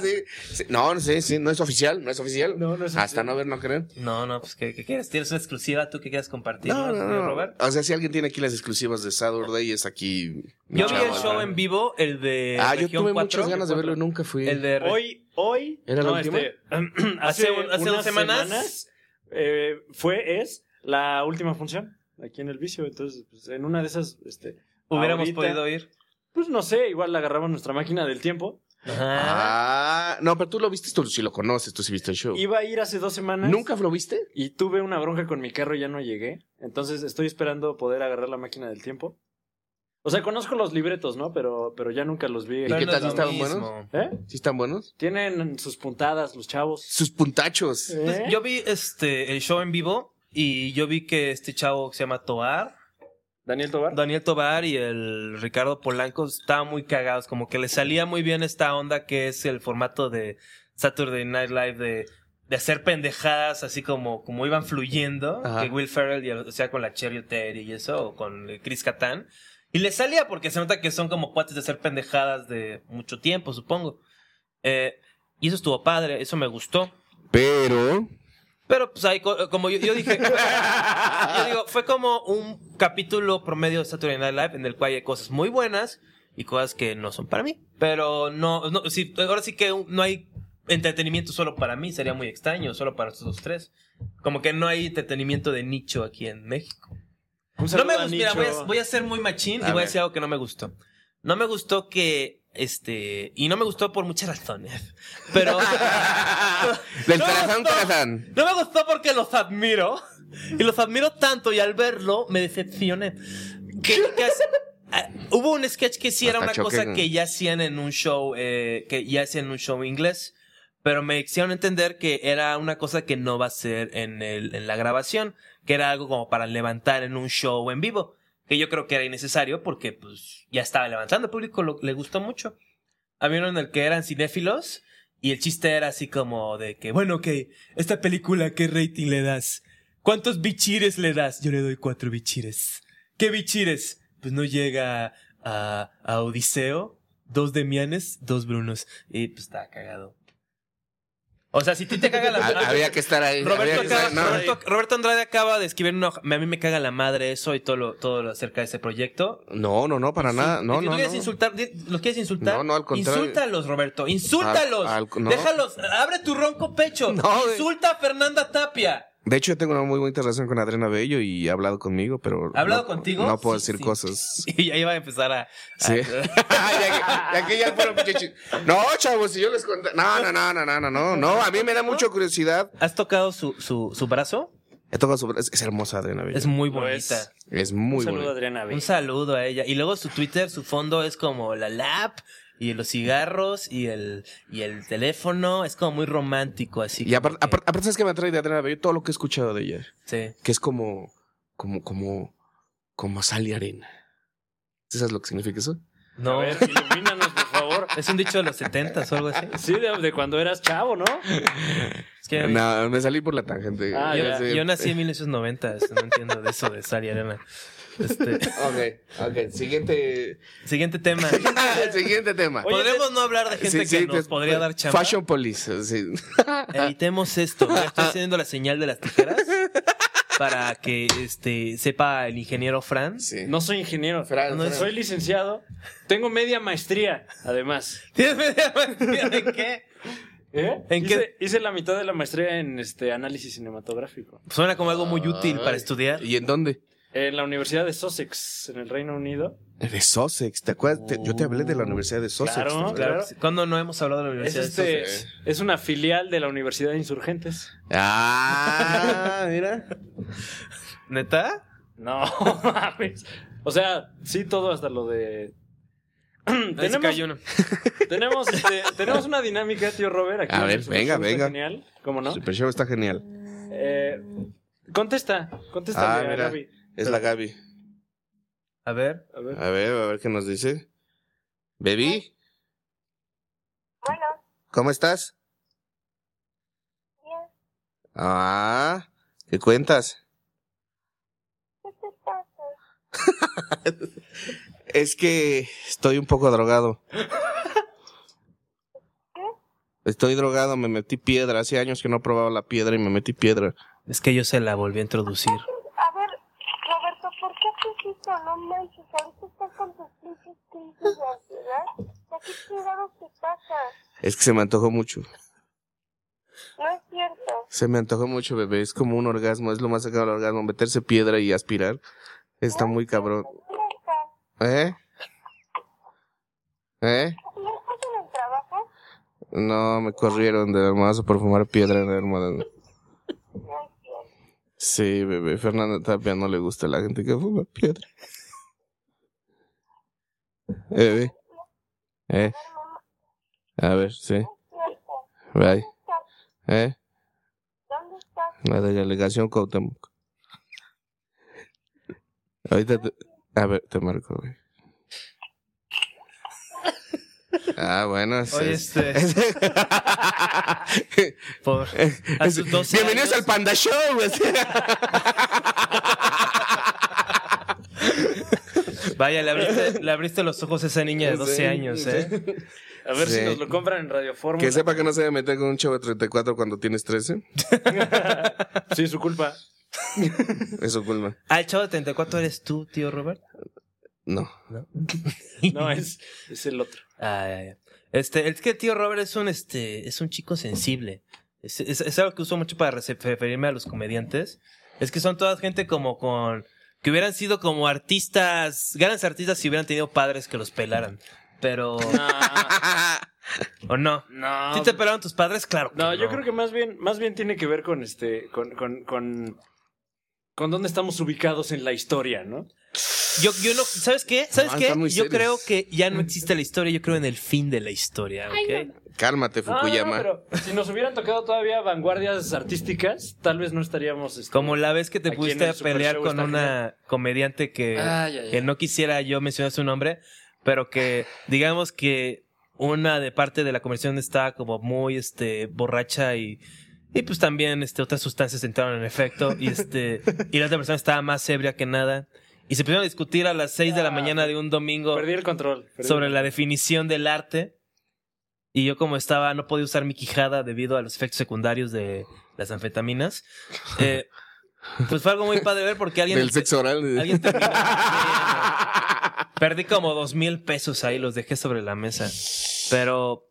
[SPEAKER 5] sí, sí. No, sí, sí, no es oficial, no es oficial.
[SPEAKER 4] No, no es este.
[SPEAKER 5] Hasta
[SPEAKER 4] oficial.
[SPEAKER 5] no ver, no creer.
[SPEAKER 2] No, no, pues ¿qué, qué quieres? ¿Tienes una exclusiva tú que quieras compartir?
[SPEAKER 5] No, no, no.
[SPEAKER 2] Robert?
[SPEAKER 5] O sea, si alguien tiene aquí las exclusivas de Saturday, es aquí. mi
[SPEAKER 2] Yo vi
[SPEAKER 5] chavo,
[SPEAKER 2] el show
[SPEAKER 5] ¿verdad?
[SPEAKER 2] en vivo, el de.
[SPEAKER 5] Ah, yo
[SPEAKER 2] Región
[SPEAKER 5] tuve
[SPEAKER 2] 4,
[SPEAKER 5] muchas ganas de verlo y nunca fui.
[SPEAKER 2] El de.
[SPEAKER 4] Hoy, hoy.
[SPEAKER 5] ¿Era la
[SPEAKER 4] no,
[SPEAKER 5] última?
[SPEAKER 4] este, hace,
[SPEAKER 2] un- hace
[SPEAKER 4] unas
[SPEAKER 2] dos semanas.
[SPEAKER 4] eh, fue, es la última función aquí en el vicio. Entonces, pues, en una de esas, este.
[SPEAKER 2] Hubiéramos
[SPEAKER 4] ahorita,
[SPEAKER 2] podido ir.
[SPEAKER 4] Pues no sé, igual agarramos nuestra máquina del tiempo.
[SPEAKER 2] Ajá.
[SPEAKER 5] Ah, no, pero tú lo viste, tú sí lo conoces, tú sí viste el show.
[SPEAKER 4] Iba a ir hace dos semanas.
[SPEAKER 5] ¿Nunca lo viste?
[SPEAKER 4] Y tuve una bronca con mi carro y ya no llegué. Entonces estoy esperando poder agarrar la máquina del tiempo. O sea, conozco los libretos, ¿no? Pero, pero ya nunca los vi.
[SPEAKER 5] ¿Y qué
[SPEAKER 2] no
[SPEAKER 5] tal
[SPEAKER 2] es
[SPEAKER 5] si
[SPEAKER 2] lo
[SPEAKER 5] estaban
[SPEAKER 2] mismo.
[SPEAKER 5] buenos?
[SPEAKER 4] ¿Eh?
[SPEAKER 5] ¿Sí están buenos?
[SPEAKER 4] Tienen sus puntadas los chavos.
[SPEAKER 5] Sus puntachos.
[SPEAKER 4] ¿Eh?
[SPEAKER 2] Entonces, Pues, yo vi este el show en vivo y yo vi que este chavo que se llama Tobar,
[SPEAKER 4] Daniel Tobar.
[SPEAKER 2] Daniel Tobar y el Ricardo Polanco estaban muy cagados, como que les salía muy bien esta onda que es el formato de Saturday Night Live de, de hacer pendejadas así como, como iban fluyendo,
[SPEAKER 5] Ajá.
[SPEAKER 2] que Will Ferrell, y, el- o sea, con la Cherry Terry y eso, o con el Chris Catán. Y les salía porque se nota que son como cuates de hacer pendejadas de mucho tiempo, supongo. Eh, y eso estuvo padre, eso me gustó.
[SPEAKER 5] Pero.
[SPEAKER 2] Pero pues ahí, co- como yo, yo dije, yo digo, fue como un capítulo promedio de Saturday Night Live en el cual hay cosas muy buenas y cosas que no son para mí. Pero no, no sí, ahora sí que un- no hay entretenimiento solo para mí, sería muy extraño, solo para estos dos tres. Como que no hay entretenimiento de nicho aquí en México.
[SPEAKER 4] Un
[SPEAKER 2] No
[SPEAKER 4] saludo
[SPEAKER 2] me
[SPEAKER 4] a
[SPEAKER 2] gustó, mira, voy a,
[SPEAKER 4] Nicho.
[SPEAKER 2] voy a ser muy machín
[SPEAKER 5] A
[SPEAKER 2] y voy a
[SPEAKER 5] ver.
[SPEAKER 2] decir algo que no me gustó. No me gustó que Este, y no me gustó por muchas razones. Pero.
[SPEAKER 5] Del
[SPEAKER 2] No me
[SPEAKER 5] Tarazán,
[SPEAKER 2] gustó.
[SPEAKER 5] Tarazán.
[SPEAKER 2] No me gustó porque los admiro. Y los admiro tanto y al verlo me decepcioné. Que, que hace- ah, hubo un sketch que sí era
[SPEAKER 5] Hasta
[SPEAKER 2] una
[SPEAKER 5] choque.
[SPEAKER 2] cosa que ya hacían en un show, eh, que ya hacían en un show inglés. Pero me hicieron entender que era una cosa que no va a ser en, el, en la grabación, que era algo como para levantar en un show en vivo, que yo creo que era innecesario porque pues ya estaba levantando, el público lo- le gustó mucho. Había uno en el que eran cinéfilos y el chiste era así como de que, bueno, ok, esta película, ¿qué rating le das? ¿Cuántos bichires le das? Yo le doy cuatro bichires. ¿Qué bichires? Pues no llega a, a Odiseo, dos Demianes, dos Brunos. Y pues estaba cagado. O sea, si ti te caga la
[SPEAKER 5] Ha- Ah, Había que estar ahí. había
[SPEAKER 2] Roberto,
[SPEAKER 5] que estar-
[SPEAKER 2] acaba-
[SPEAKER 5] no.
[SPEAKER 2] Roberto- Roberto Andrade acaba de escribir una hoja- A mí me caga la madre eso y todo lo, todo lo acerca de ese proyecto.
[SPEAKER 5] No, no, no, para nada. No,
[SPEAKER 2] Si tú
[SPEAKER 5] no, no.
[SPEAKER 2] quieres insultar, di- ¿los quieres insultar?
[SPEAKER 5] No, no, al contrario.
[SPEAKER 2] Insúltalos, Roberto. Insúltalos.
[SPEAKER 5] Al- al- no.
[SPEAKER 2] Déjalos. Abre tu ronco pecho.
[SPEAKER 5] No, güey.
[SPEAKER 2] Insulta a Fernanda Tapia.
[SPEAKER 5] De hecho, yo tengo una muy buena relación con Adriana Bello y ha hablado conmigo, pero...
[SPEAKER 2] ¿Ha hablado
[SPEAKER 5] no-
[SPEAKER 2] contigo?
[SPEAKER 5] No puedo
[SPEAKER 2] Sí,
[SPEAKER 5] decir
[SPEAKER 2] sí.
[SPEAKER 5] cosas.
[SPEAKER 2] Y ahí va a empezar a.
[SPEAKER 5] Sí. ya, que, ya que ya fueron pinche chi- No, chavos, si yo les conté. No, no, no, no, no, no, no, no. A mí me da mucha curiosidad.
[SPEAKER 2] ¿Has tocado su, su, su brazo?
[SPEAKER 5] He tocado su- Es, es hermosa Adriana Bello.
[SPEAKER 2] Es
[SPEAKER 5] Es,
[SPEAKER 2] muy
[SPEAKER 4] Lo es.
[SPEAKER 2] bonita.
[SPEAKER 4] Un
[SPEAKER 5] muy
[SPEAKER 4] saludo a
[SPEAKER 5] bonita.
[SPEAKER 4] Adriana B.
[SPEAKER 2] Un saludo a ella. Y luego su Twitter, su fondo es como la lap y los cigarros y el, y el teléfono. Es como muy romántico, así.
[SPEAKER 5] Y aparte,
[SPEAKER 2] como que-
[SPEAKER 5] aparte, aparte, ¿sabes qué me atrae de Adriana Bello? Todo lo que he escuchado de ella.
[SPEAKER 2] Sí.
[SPEAKER 5] Que es como... Como... Como... Como sal y arena. ¿Sí ¿Sabes lo que significa eso?
[SPEAKER 4] A
[SPEAKER 2] No.
[SPEAKER 4] ver, ilumínanos, por favor.
[SPEAKER 2] Es un dicho de los 70 o algo así.
[SPEAKER 4] Sí, de, de cuando eras chavo, ¿no?
[SPEAKER 2] Es que
[SPEAKER 5] No, me salí por la tangente.
[SPEAKER 4] Ah,
[SPEAKER 2] yo,
[SPEAKER 4] ya.
[SPEAKER 5] sé.
[SPEAKER 2] yo nací en 1990. No entiendo de eso de Sal y Arena. Este,
[SPEAKER 5] Ok, ok. Siguiente...
[SPEAKER 2] siguiente tema.
[SPEAKER 5] Siguiente tema.
[SPEAKER 4] Oye,
[SPEAKER 2] Podremos no hablar de gente
[SPEAKER 5] Sí,
[SPEAKER 2] que
[SPEAKER 5] sí,
[SPEAKER 2] nos
[SPEAKER 5] pues,
[SPEAKER 2] podría dar chamba.
[SPEAKER 5] Fashion Police. sí.
[SPEAKER 2] Editemos esto. Ya estoy haciendo la señal de las tijeras para que este sepa el ingeniero Fran.
[SPEAKER 5] Sí.
[SPEAKER 4] No soy ingeniero.
[SPEAKER 5] Fran,
[SPEAKER 4] No,
[SPEAKER 5] Fran.
[SPEAKER 4] soy licenciado. Tengo media maestría, además.
[SPEAKER 2] ¿Tienes media maestría de qué?
[SPEAKER 4] ¿Eh?
[SPEAKER 2] ¿En
[SPEAKER 4] hice, hice la mitad de la maestría en este análisis cinematográfico.
[SPEAKER 2] Suena como algo muy útil para
[SPEAKER 5] Ay.
[SPEAKER 2] estudiar.
[SPEAKER 5] ¿Y en dónde?
[SPEAKER 4] En la Universidad de Sussex, en el Reino Unido.
[SPEAKER 5] De Sussex, ¿te acuerdas? Te- yo te hablé de la Universidad de Sussex.
[SPEAKER 4] Claro,
[SPEAKER 5] ¿no?
[SPEAKER 2] Claro. que sí. ¿Cuándo no hemos hablado de la
[SPEAKER 4] Es,
[SPEAKER 2] universidad?
[SPEAKER 4] este,
[SPEAKER 5] Sussex.
[SPEAKER 4] es una filial de la Universidad de Insurgentes.
[SPEAKER 5] Ah, mira.
[SPEAKER 2] ¿Neta?
[SPEAKER 4] No, mames. O sea, sí, todo hasta lo de.
[SPEAKER 2] Ahí se
[SPEAKER 4] tenemos,
[SPEAKER 2] cayó uno.
[SPEAKER 4] tenemos, este, tenemos una dinámica, tío Robert. Aquí
[SPEAKER 5] A
[SPEAKER 4] en
[SPEAKER 5] ver,
[SPEAKER 4] el Super
[SPEAKER 5] venga,
[SPEAKER 4] Show, está
[SPEAKER 5] venga.
[SPEAKER 4] Genial, ¿cómo no?
[SPEAKER 5] Super Show está genial.
[SPEAKER 4] Eh, contesta, contesta. eh,
[SPEAKER 5] Ah, mira. Es la Gaby.
[SPEAKER 2] A ver.
[SPEAKER 4] A ver.
[SPEAKER 5] A ver, a ver qué nos dice. ¿Baby?
[SPEAKER 7] Bueno,
[SPEAKER 5] ¿Cómo estás?
[SPEAKER 7] bien,
[SPEAKER 5] Ah, ¿qué cuentas?
[SPEAKER 7] ¿qué te pasa?
[SPEAKER 5] Es que estoy un poco drogado. Estoy drogado, me metí piedra. Hace años que no probaba la piedra y me metí piedra.
[SPEAKER 2] Es que yo se la volví a introducir.
[SPEAKER 7] A ver, Roberto, ¿por qué haces eso? No manches, ahorita estás con tus pinches crisis de ansiedad. ¿De qué chingados te pasa?
[SPEAKER 5] Es que se me antojó mucho.
[SPEAKER 7] No es cierto.
[SPEAKER 5] Se me antojó mucho, bebé. Es como un orgasmo. Es lo más sacado del orgasmo. Meterse piedra y aspirar. Está muy cabrón.
[SPEAKER 7] ¿Dónde estás?
[SPEAKER 5] ¿Eh? ¿Eh?
[SPEAKER 7] ¿No estás en el trabajo?
[SPEAKER 5] No, me corrieron de hermoso por fumar piedra en hermoso.
[SPEAKER 7] No es cierto.
[SPEAKER 5] Sí, bebé. Fernanda Tapia no le gusta a la gente que fuma piedra. Bebé. ¿Eh? A ver, sí.
[SPEAKER 7] Cierto.
[SPEAKER 5] Bye. ¿Eh?
[SPEAKER 7] ¿Dónde estás?
[SPEAKER 5] La delegación Cuauhtémoc. Ahorita te... A ver, te marco, güey. Ah, bueno. es-
[SPEAKER 2] Oye,
[SPEAKER 5] es-
[SPEAKER 2] este. Por, a sus 12
[SPEAKER 5] Bienvenidos al
[SPEAKER 2] años,
[SPEAKER 5] Panda Show, güey.
[SPEAKER 2] Vaya, le abriste, le abriste los ojos a esa niña de 12 años, ¿eh?
[SPEAKER 4] A ver si
[SPEAKER 5] Sí.
[SPEAKER 4] nos lo compran en Radio Fórmula.
[SPEAKER 5] Que sepa que no se debe meter con un chavo de 34 cuando tienes 13.
[SPEAKER 4] Sí, su culpa.
[SPEAKER 5] Eso culpa.
[SPEAKER 2] Ah, el chavo de 34 eres tú, tío Robert.
[SPEAKER 5] No.
[SPEAKER 4] No, es, es el otro.
[SPEAKER 2] Ah, ya, ya. Este, es que el tío Robert es un, este, es un chico sensible. Es, es- es algo que uso mucho para rese- referirme a los comediantes. Es que son toda gente como con... Que hubieran sido como artistas, grandes artistas si hubieran tenido padres que los pelaran. pero.
[SPEAKER 4] No,
[SPEAKER 2] ¿O no?
[SPEAKER 4] no. pues,
[SPEAKER 2] ¿Sí te operaron tus padres? Claro.
[SPEAKER 4] No, yo creo que más bien, más bien tiene que ver con este, con, con, con, con dónde estamos ubicados en la historia, ¿no?
[SPEAKER 2] Yo, yo no, ¿Sabes qué? ¿Sabes
[SPEAKER 5] Ah,
[SPEAKER 2] qué?
[SPEAKER 5] están muy
[SPEAKER 2] Yo
[SPEAKER 5] serios.
[SPEAKER 2] creo que ya no existe la historia, yo creo en el fin de la historia, ¿ok?
[SPEAKER 5] Cálmate,
[SPEAKER 4] No, no,
[SPEAKER 5] Fukuyama.
[SPEAKER 4] no, pero si nos hubieran tocado todavía vanguardias artísticas, tal vez no estaríamos. este,
[SPEAKER 2] Como la vez que te
[SPEAKER 4] Aquí
[SPEAKER 2] pusiste a
[SPEAKER 4] en el Super
[SPEAKER 2] pelear
[SPEAKER 4] Show
[SPEAKER 2] con
[SPEAKER 4] está
[SPEAKER 2] una comediante que,
[SPEAKER 4] Ah, ya, ya.
[SPEAKER 2] que no quisiera yo mencionar su nombre, pero que digamos que una de parte de la conversión estaba como muy este borracha y, y pues también este, otras sustancias entraron en efecto y este y la otra persona estaba más ebria que nada y se pusieron a discutir a las 6 de la
[SPEAKER 4] Ah,
[SPEAKER 2] mañana de un domingo
[SPEAKER 4] Perdí el control. perdí
[SPEAKER 2] sobre
[SPEAKER 4] el-
[SPEAKER 2] la definición del arte. Y yo como estaba, no podía usar mi quijada debido a los efectos secundarios de las anfetaminas. Eh, pues fue algo muy padre ver porque alguien...
[SPEAKER 5] Del sexo oral.
[SPEAKER 2] alguien terminó- Perdí como dos mil pesos ahí, los dejé sobre la mesa. Pero...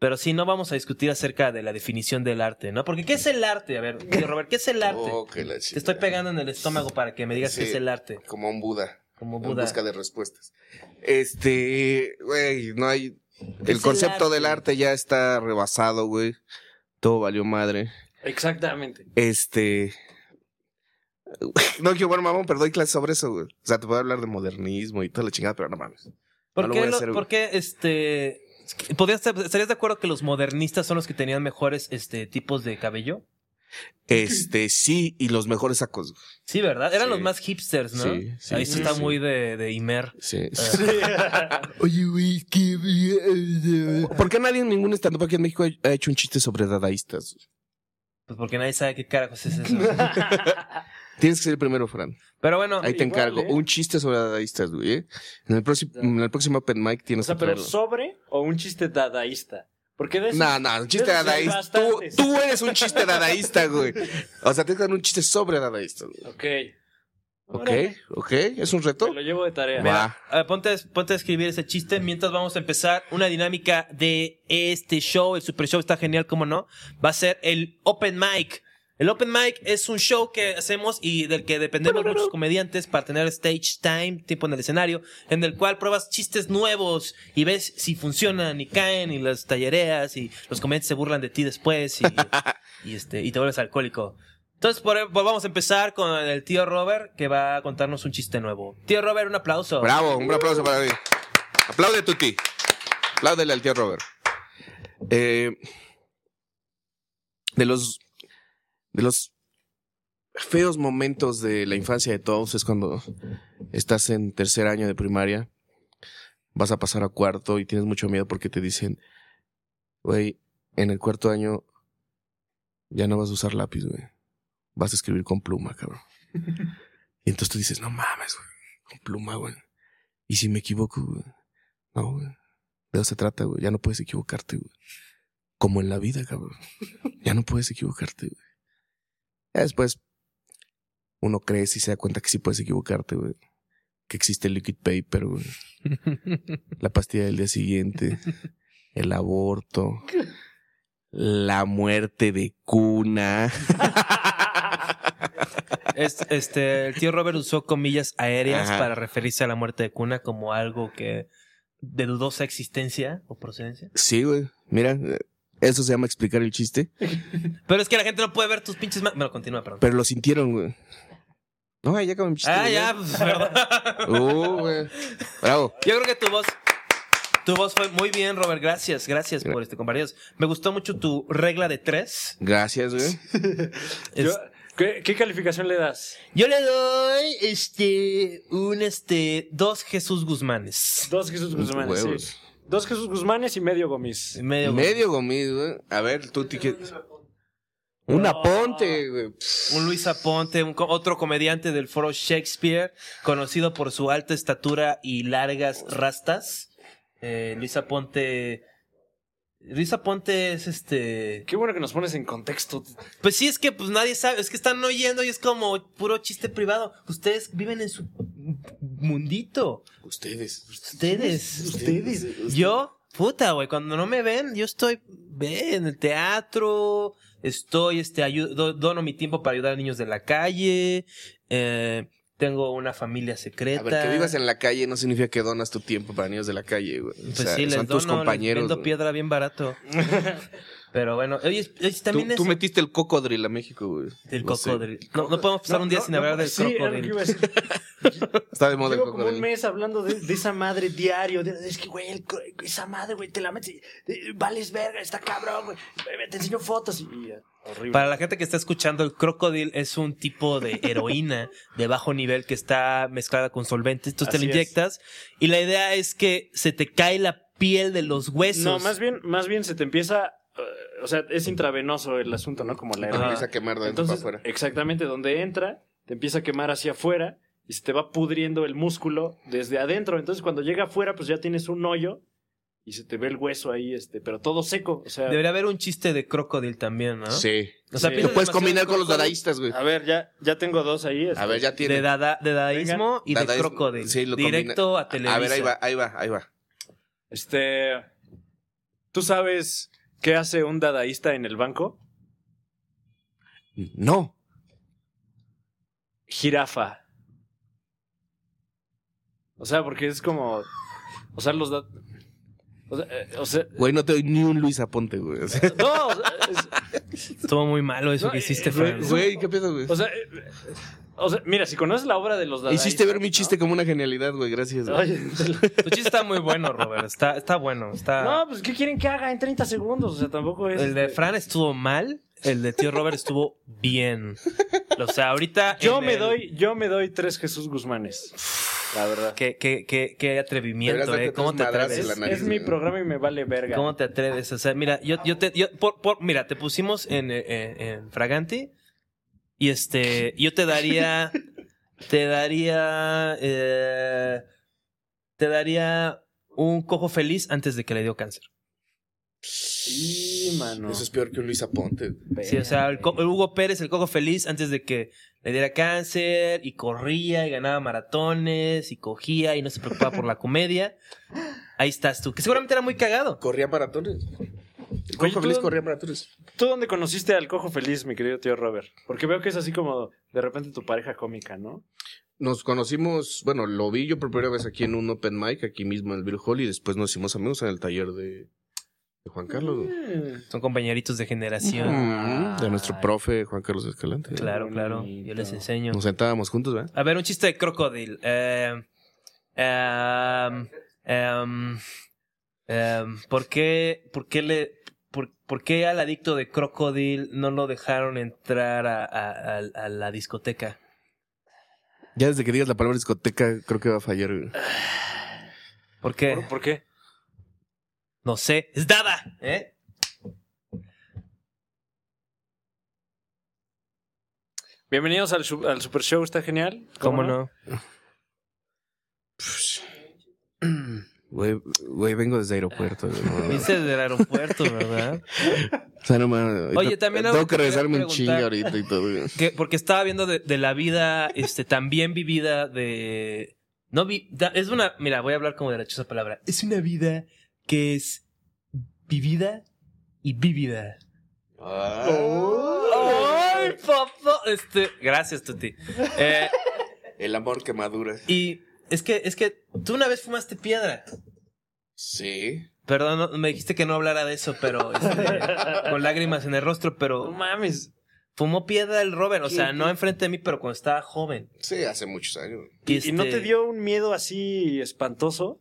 [SPEAKER 2] Pero sí, no vamos a discutir acerca de la definición del arte, ¿no? Porque ¿qué es el arte? A ver, tío Robert, ¿qué es el arte?
[SPEAKER 5] Oh, que la
[SPEAKER 2] Te estoy
[SPEAKER 5] chingada.
[SPEAKER 2] pegando en el estómago para que me digas qué
[SPEAKER 5] Sí.
[SPEAKER 2] es el arte.
[SPEAKER 5] Como un Buda.
[SPEAKER 2] Como
[SPEAKER 5] En
[SPEAKER 2] Buda.
[SPEAKER 5] busca de respuestas. Este, güey, no hay.
[SPEAKER 2] Es
[SPEAKER 5] El
[SPEAKER 2] el
[SPEAKER 5] concepto
[SPEAKER 2] arte.
[SPEAKER 5] del arte ya está rebasado, güey. Todo valió madre.
[SPEAKER 4] Exactamente.
[SPEAKER 5] Este. No quiero ver mamón, pero doy clases sobre eso, güey. O sea, te puedo hablar de modernismo y toda la chingada, pero no mames.
[SPEAKER 2] ¿Por
[SPEAKER 5] No lo
[SPEAKER 2] qué,
[SPEAKER 5] voy a
[SPEAKER 2] lo-
[SPEAKER 5] hacer, güey.
[SPEAKER 2] por qué, este... ¿podrías- ¿Estarías de acuerdo que los modernistas son los que tenían mejores este, tipos de cabello?
[SPEAKER 5] Este, sí, y los mejores sacos. güey.
[SPEAKER 2] Sí, ¿verdad? Eran
[SPEAKER 5] Sí.
[SPEAKER 2] los más hipsters, ¿no?
[SPEAKER 5] Sí, sí,
[SPEAKER 2] Ahí esto
[SPEAKER 5] sí,
[SPEAKER 2] está
[SPEAKER 5] sí.
[SPEAKER 2] muy de, de Imer.
[SPEAKER 5] Sí.
[SPEAKER 2] Ah.
[SPEAKER 4] Yo
[SPEAKER 5] Oye, güey, qué. ¿Por qué nadie en ningún stand aquí en México ha hecho un chiste sobre dadaístas?
[SPEAKER 2] Pues porque nadie sabe qué carajos es eso.
[SPEAKER 5] Tienes que ser el primero, Fran.
[SPEAKER 2] Pero bueno,
[SPEAKER 5] Ahí te
[SPEAKER 4] Igual,
[SPEAKER 5] encargo.
[SPEAKER 4] ¿eh?
[SPEAKER 5] Un chiste sobre dadaístas, güey. ¿eh? En el, próximo, en el próximo Open Mic
[SPEAKER 4] O
[SPEAKER 5] tienes
[SPEAKER 4] sea,
[SPEAKER 5] que
[SPEAKER 4] pero
[SPEAKER 5] traerlo.
[SPEAKER 4] sobre o un chiste dadaísta. Porque de esos-
[SPEAKER 5] No, no, un chiste
[SPEAKER 4] de esos hay
[SPEAKER 5] dadaísta. Tú,
[SPEAKER 4] bastantes.
[SPEAKER 5] tú eres un chiste dadaísta, güey. O sea, tienes que dar un chiste sobre dadaístas. güey.
[SPEAKER 4] Ok.
[SPEAKER 5] Ok,
[SPEAKER 4] Órale,
[SPEAKER 5] ok. ¿Es un reto?
[SPEAKER 4] Me lo llevo de tarea.
[SPEAKER 5] Va.
[SPEAKER 2] a ver, ponte, a- ponte a escribir ese chiste mientras vamos a empezar una dinámica de este show. El Super Show está genial, ¿cómo no? Va a ser el Open Mic. El Open Mic es un show que hacemos y del que dependemos muchos comediantes para tener stage time, tiempo en el escenario, en el cual pruebas chistes nuevos y ves si funcionan y caen y las tallereas y los comediantes se burlan de ti después y, y, este, y te vuelves alcohólico. Entonces por, por- vamos a empezar con el tío Robert que va a contarnos un chiste nuevo. Tío Robert, un aplauso.
[SPEAKER 5] Bravo, un aplauso para mí. Aplaude, Tuti. Apláudele al tío Robert. Eh, de los. De los feos momentos de la infancia de todos es cuando estás en tercer año de primaria, vas a pasar a cuarto y tienes mucho miedo porque te dicen, güey, en el cuarto año ya no vas a usar lápiz, güey. Vas a escribir con pluma, cabrón. y entonces tú dices, no mames, güey, con pluma, güey. Y si me equivoco, güey? no, güey. De eso se trata, güey. Ya no puedes equivocarte, güey. Como en la vida, cabrón. Ya no puedes equivocarte, güey. Ya después, uno crece y se da cuenta que sí puedes equivocarte, güey. Que existe el liquid paper, güey. La pastilla del día siguiente. El aborto. La muerte de cuna.
[SPEAKER 2] Es- este, el tío Robert usó comillas aéreas
[SPEAKER 5] Ajá.
[SPEAKER 2] para referirse a la muerte de cuna como algo que de dudosa existencia o procedencia.
[SPEAKER 5] Sí, güey. Mira, eh, eso se llama explicar el chiste.
[SPEAKER 2] Pero es que la gente no puede ver tus pinches manos. Bueno, continúa, perdón.
[SPEAKER 5] Pero lo sintieron, güey. No, ya acabó mi chiste.
[SPEAKER 2] ah,
[SPEAKER 5] güey.
[SPEAKER 2] ya, pues, perdón.
[SPEAKER 5] Uh, güey. Bravo.
[SPEAKER 2] Yo creo que tu voz, tu voz fue muy bien, Robert. Gracias, gracias por este compartidos. Me gustó mucho tu regla de tres.
[SPEAKER 5] Gracias, güey.
[SPEAKER 2] Es-
[SPEAKER 4] Yo- ¿qué, qué calificación le das?
[SPEAKER 2] yo le doy este un este dos Jesús Guzmanes.
[SPEAKER 4] Dos Jesús Guzmanes. sí.
[SPEAKER 5] Huevos.
[SPEAKER 4] Dos Jesús Guzmanes y medio Gomis.
[SPEAKER 2] Medio,
[SPEAKER 5] Medio gomis, güey. A ver, tú te quieres. Un aponte, güey.
[SPEAKER 2] un Luis Aponte, un co- otro comediante del foro Shakespeare, conocido por su alta estatura y largas rastas. Eh, Luis Aponte. Luis Aponte es este.
[SPEAKER 4] Qué bueno que nos pones en contexto.
[SPEAKER 2] Pues sí, es que pues nadie sabe, es que están oyendo y es como puro chiste privado. Ustedes viven en su mundito.
[SPEAKER 5] Ustedes.
[SPEAKER 2] Ustedes, ustedes. Yo, puta, güey, cuando no me ven, yo estoy ve, en el teatro, estoy, este, ayu- do- dono mi tiempo para ayudar a niños de la calle, eh, tengo una familia secreta.
[SPEAKER 5] A ver, que vivas en la calle no significa que donas tu tiempo para niños de la calle, güey. O
[SPEAKER 2] Pues
[SPEAKER 5] sea,
[SPEAKER 2] sí, les
[SPEAKER 5] son
[SPEAKER 2] dono,
[SPEAKER 5] tus compañeros.
[SPEAKER 2] les vendo
[SPEAKER 5] güey.
[SPEAKER 2] piedra bien barato. Pero bueno, oye, oye,
[SPEAKER 5] Tú,
[SPEAKER 2] también es
[SPEAKER 5] tú metiste el cocodril a México, güey.
[SPEAKER 2] el
[SPEAKER 5] No sé.
[SPEAKER 2] cocodril. No, no podemos pasar un día
[SPEAKER 4] No,
[SPEAKER 2] sin
[SPEAKER 4] no,
[SPEAKER 2] hablar
[SPEAKER 4] no,
[SPEAKER 2] del
[SPEAKER 4] sí, era lo que
[SPEAKER 2] cocodril.
[SPEAKER 4] iba a decir.
[SPEAKER 5] Está de moda el
[SPEAKER 4] Llevo como un
[SPEAKER 5] cocodril.
[SPEAKER 4] mes hablando de, de esa madre diario. de- es que, güey, el co- esa madre, güey, te la metes. y- y- vales verga, está cabrón, güey. Ve, Te enseño fotos. Y, y, eh, horrible.
[SPEAKER 2] Para la gente que está escuchando, el crocodil es un tipo de heroína de bajo nivel que está mezclada con solventes. Entonces te
[SPEAKER 4] Así
[SPEAKER 2] lo
[SPEAKER 4] es.
[SPEAKER 2] inyectas y la idea es que se te cae la piel de los huesos.
[SPEAKER 4] no, más bien, más bien se te empieza. eh, o sea, es intravenoso el asunto, ¿no? Como la
[SPEAKER 5] Te
[SPEAKER 4] heroína.
[SPEAKER 5] Empieza a quemar de adentro para
[SPEAKER 4] Entonces,
[SPEAKER 5] afuera.
[SPEAKER 4] exactamente, donde entra, te empieza a quemar hacia afuera y se te va pudriendo el músculo desde adentro. Entonces, cuando llega afuera, pues ya tienes un hoyo y se te ve el hueso ahí, este, pero todo seco. O sea,
[SPEAKER 2] Debería haber un chiste de crocodil también, ¿no?
[SPEAKER 5] Sí.
[SPEAKER 2] O sea, piensa
[SPEAKER 4] Sí.
[SPEAKER 5] Lo puedes
[SPEAKER 2] demasiado
[SPEAKER 5] combinar
[SPEAKER 2] en
[SPEAKER 5] con los
[SPEAKER 2] crocodil,
[SPEAKER 5] dadaístas, güey.
[SPEAKER 4] a ver, ya, ya tengo dos ahí. este.
[SPEAKER 5] A ver, ya
[SPEAKER 2] De,
[SPEAKER 5] tiene.
[SPEAKER 2] dada- de dadaísmo y de
[SPEAKER 5] Dadaísmo.
[SPEAKER 2] crocodil.
[SPEAKER 5] Sí, lo combina.
[SPEAKER 2] directo a Televisa.
[SPEAKER 5] A ver, ahí va, ahí va, ahí va.
[SPEAKER 4] Este, ¿tú sabes qué hace un dadaísta en el banco?
[SPEAKER 5] No.
[SPEAKER 4] Jirafa. O sea, porque es como, o sea, los da- o sea, eh, o sea,
[SPEAKER 5] Güey, no te doy ni un Luis Aponte, güey. O sea,
[SPEAKER 4] no, o sea, es-
[SPEAKER 2] Estuvo muy malo eso
[SPEAKER 4] No,
[SPEAKER 2] que
[SPEAKER 4] eh,
[SPEAKER 2] hiciste,
[SPEAKER 4] eh,
[SPEAKER 2] Fran.
[SPEAKER 5] Güey, ¿qué piensas, güey?
[SPEAKER 4] O sea, eh, o sea, mira, si conoces la obra de los dadaístas...
[SPEAKER 5] Hiciste ver mi
[SPEAKER 4] ¿no?
[SPEAKER 5] chiste como una genialidad, güey. Gracias, güey.
[SPEAKER 4] Ay,
[SPEAKER 2] Tu chiste está muy bueno, Robert. Está, está bueno. Está...
[SPEAKER 4] no, pues, ¿qué quieren que haga en 30 segundos? O sea, tampoco es...
[SPEAKER 2] el de
[SPEAKER 4] este,
[SPEAKER 2] Fran estuvo mal. El de tío Robert estuvo bien. O sea, ahorita.
[SPEAKER 4] Yo
[SPEAKER 2] en
[SPEAKER 4] me
[SPEAKER 2] el-
[SPEAKER 4] doy, yo me doy tres Jesús Guzmanes. La verdad.
[SPEAKER 2] Qué, qué, qué, qué
[SPEAKER 5] Deberías
[SPEAKER 2] atrevimiento,
[SPEAKER 5] darte
[SPEAKER 2] ¿eh? ¿Cómo
[SPEAKER 5] tres
[SPEAKER 2] te
[SPEAKER 5] madrazos en
[SPEAKER 2] atreves?
[SPEAKER 5] la
[SPEAKER 4] Es,
[SPEAKER 5] nariz,
[SPEAKER 4] es mi
[SPEAKER 5] güey.
[SPEAKER 4] programa y me vale verga.
[SPEAKER 2] ¿Cómo te atreves? O sea, mira, yo, yo te, yo, por, por- mira, te pusimos en, eh, eh, en Fraganti y este, yo te daría, te daría, eh, te daría un cojo feliz antes de que le dio cáncer.
[SPEAKER 4] Sí, mano.
[SPEAKER 5] Eso es peor que un Luis Aponte.
[SPEAKER 2] Sí, o sea, el, co- el Hugo Pérez, el cojo feliz antes de que le diera cáncer y corría y ganaba maratones y cogía y no se preocupaba por la comedia. Ahí estás tú, que seguramente era muy cagado.
[SPEAKER 5] Corría maratones. El
[SPEAKER 4] Oye,
[SPEAKER 5] Cojo
[SPEAKER 4] ¿tú
[SPEAKER 5] Feliz
[SPEAKER 4] dónde-
[SPEAKER 5] corría maratones.
[SPEAKER 4] ¿Tú dónde conociste al cojo feliz, mi querido tío Robert? Porque veo que es así como de repente tu pareja cómica, ¿no?
[SPEAKER 5] Nos conocimos, bueno, lo vi yo por primera vez aquí en un open mic, aquí mismo en el Bill Hall, y después nos hicimos amigos en el taller de, de Juan Carlos. güey.
[SPEAKER 2] Son compañeritos de generación.
[SPEAKER 5] Mm, De nuestro profe Juan Carlos Escalante.
[SPEAKER 2] Claro, claro. Yo les enseño.
[SPEAKER 5] Nos sentábamos juntos, ¿verdad?
[SPEAKER 2] A ver, un chiste de crocodil. Eh, em, em, em, ¿por, qué, ¿Por qué le... Por, por qué al adicto de Crocodil no lo dejaron entrar a, a- a- a la discoteca?
[SPEAKER 5] Ya desde que digas la palabra discoteca, creo que va a fallar. güey.
[SPEAKER 2] ¿Por qué?
[SPEAKER 4] ¿Por, por qué?
[SPEAKER 2] No sé. ¡Es Dada! ¿Eh?
[SPEAKER 4] Bienvenidos al, su- al Super Show, está genial.
[SPEAKER 2] ¿Cómo no?
[SPEAKER 5] Güey, güey, vengo desde aeropuerto. güey, no, no.
[SPEAKER 2] Viniste del aeropuerto, ¿verdad?
[SPEAKER 5] O sea, no mames, ahorita-
[SPEAKER 2] Oye, también algo
[SPEAKER 5] Tengo
[SPEAKER 2] que
[SPEAKER 5] que
[SPEAKER 2] te quería
[SPEAKER 5] regresarme un chingo
[SPEAKER 2] preguntar.
[SPEAKER 5] ahorita y todo. güey.
[SPEAKER 2] Que- porque estaba viendo de, de la vida este, tan bien vivida de... No vi, da- es una... Mira, voy a hablar como de la chosa palabra. Es una vida que es vivida y vívida. Ah. ¡Ay, papá! Este, gracias, Tuti. Eh,
[SPEAKER 5] El amor que madura.
[SPEAKER 2] y es que, es que tú una vez fumaste piedra.
[SPEAKER 5] Sí.
[SPEAKER 2] Perdón, no- me dijiste que no hablara de eso, pero... este, con lágrimas en el rostro,
[SPEAKER 4] No
[SPEAKER 2] pero
[SPEAKER 4] mames.
[SPEAKER 2] fumó piedra el Robert. O sea, no enfrente de mí, pero cuando estaba joven.
[SPEAKER 5] Sí, hace muchos años.
[SPEAKER 4] ¿Y, y no
[SPEAKER 2] este,
[SPEAKER 4] te dio un miedo así espantoso?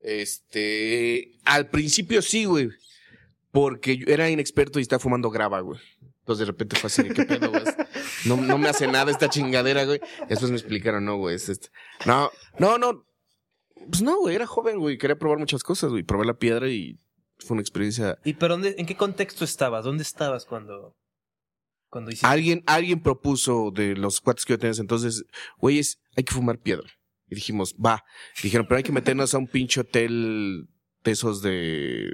[SPEAKER 5] Este, al principio sí, güey. Porque yo era inexperto y estaba fumando grava, güey. Entonces de repente fue así, de, ¿qué pedo, güey? No, no me hace nada esta chingadera, güey. Después me explicaron, no, güey. es este. No, no, no. Pues no, güey, era joven, güey. Quería probar muchas cosas, güey. Probé la piedra y fue una experiencia.
[SPEAKER 2] ¿Y pero dónde, en qué contexto estabas? ¿Dónde estabas cuando, cuando hiciste?
[SPEAKER 5] Alguien, alguien propuso de los cuates que yo tenía en ese entonces, güeyes, hay que fumar piedra. Y dijimos, va. Dijeron, pero hay que meternos a un pinche hotel de esos de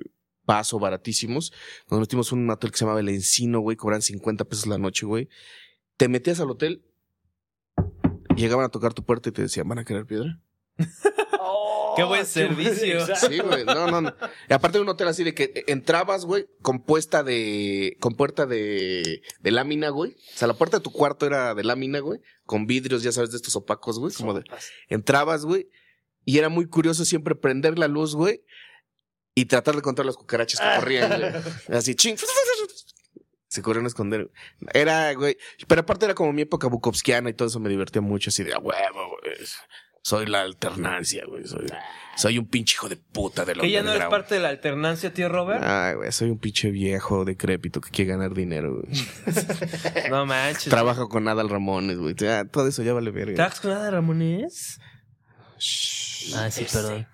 [SPEAKER 5] paso baratísimos. Nos metimos a un hotel que se llamaba El Encino, güey, cobran 50 pesos la noche, güey. Te metías al hotel, llegaban a tocar tu puerta y te decían, ¿van a querer piedra?
[SPEAKER 2] Qué buen servicio.
[SPEAKER 4] Exacto.
[SPEAKER 5] Sí, güey. No, no, no. Y aparte de un hotel así de que entrabas, güey, con puesta de. con puerta de. de lámina, güey. O sea, la puerta de tu cuarto era de lámina, güey. Con vidrios, ya sabes, de estos opacos, güey. Como de. Entrabas, güey. Y era muy curioso siempre prender la luz, güey. Y tratar de contar las cucarachas
[SPEAKER 2] Ah.
[SPEAKER 5] que corrían, güey. Así, ching. Se corrieron a esconder. güey. Era, güey. Pero aparte era como mi época bukovskiana y todo eso me divertía mucho. Así de, a huevo, güey. Soy la alternancia, güey. Soy, soy un pinche hijo de puta de la
[SPEAKER 2] Que ya no eres parte de la alternancia, tío Robert.
[SPEAKER 5] Ay, güey, soy un pinche viejo decrépito que quiere ganar dinero, güey.
[SPEAKER 2] No manches.
[SPEAKER 5] Trabajo con Adal Ramones, güey. Ya, todo eso ya vale verga.
[SPEAKER 2] ¿Trabajas con Ada Ramones? Ah,
[SPEAKER 4] Pues
[SPEAKER 2] sí, perdón.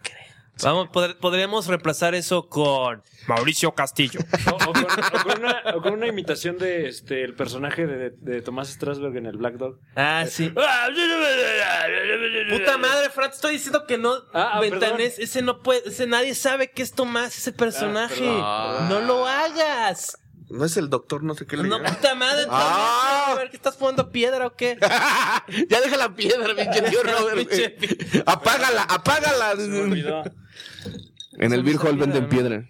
[SPEAKER 2] Vamos, pod- podríamos reemplazar eso con Mauricio Castillo.
[SPEAKER 4] O, o con, o con una, o con una imitación de este el personaje de, de Tomás Strasberg en el Black Dog.
[SPEAKER 2] Ah, sí. Puta madre, Fran, te estoy diciendo que no
[SPEAKER 4] Ah, ah,
[SPEAKER 2] ventanes. Ese no puede, ese nadie sabe que es Tomás, ese personaje.
[SPEAKER 5] Ah,
[SPEAKER 2] no lo hagas.
[SPEAKER 5] No es el doctor, no sé qué le
[SPEAKER 2] No,
[SPEAKER 5] diga.
[SPEAKER 2] puta madre,
[SPEAKER 5] Ah.
[SPEAKER 2] Tomás. A ver, ¿qué estás jugando piedra o qué?
[SPEAKER 5] ya deja la piedra, pinche tío Robert.
[SPEAKER 2] Pinche
[SPEAKER 5] güey. apágala, apágala.
[SPEAKER 4] Me olvidó.
[SPEAKER 5] En el Beer Hall venden piedra.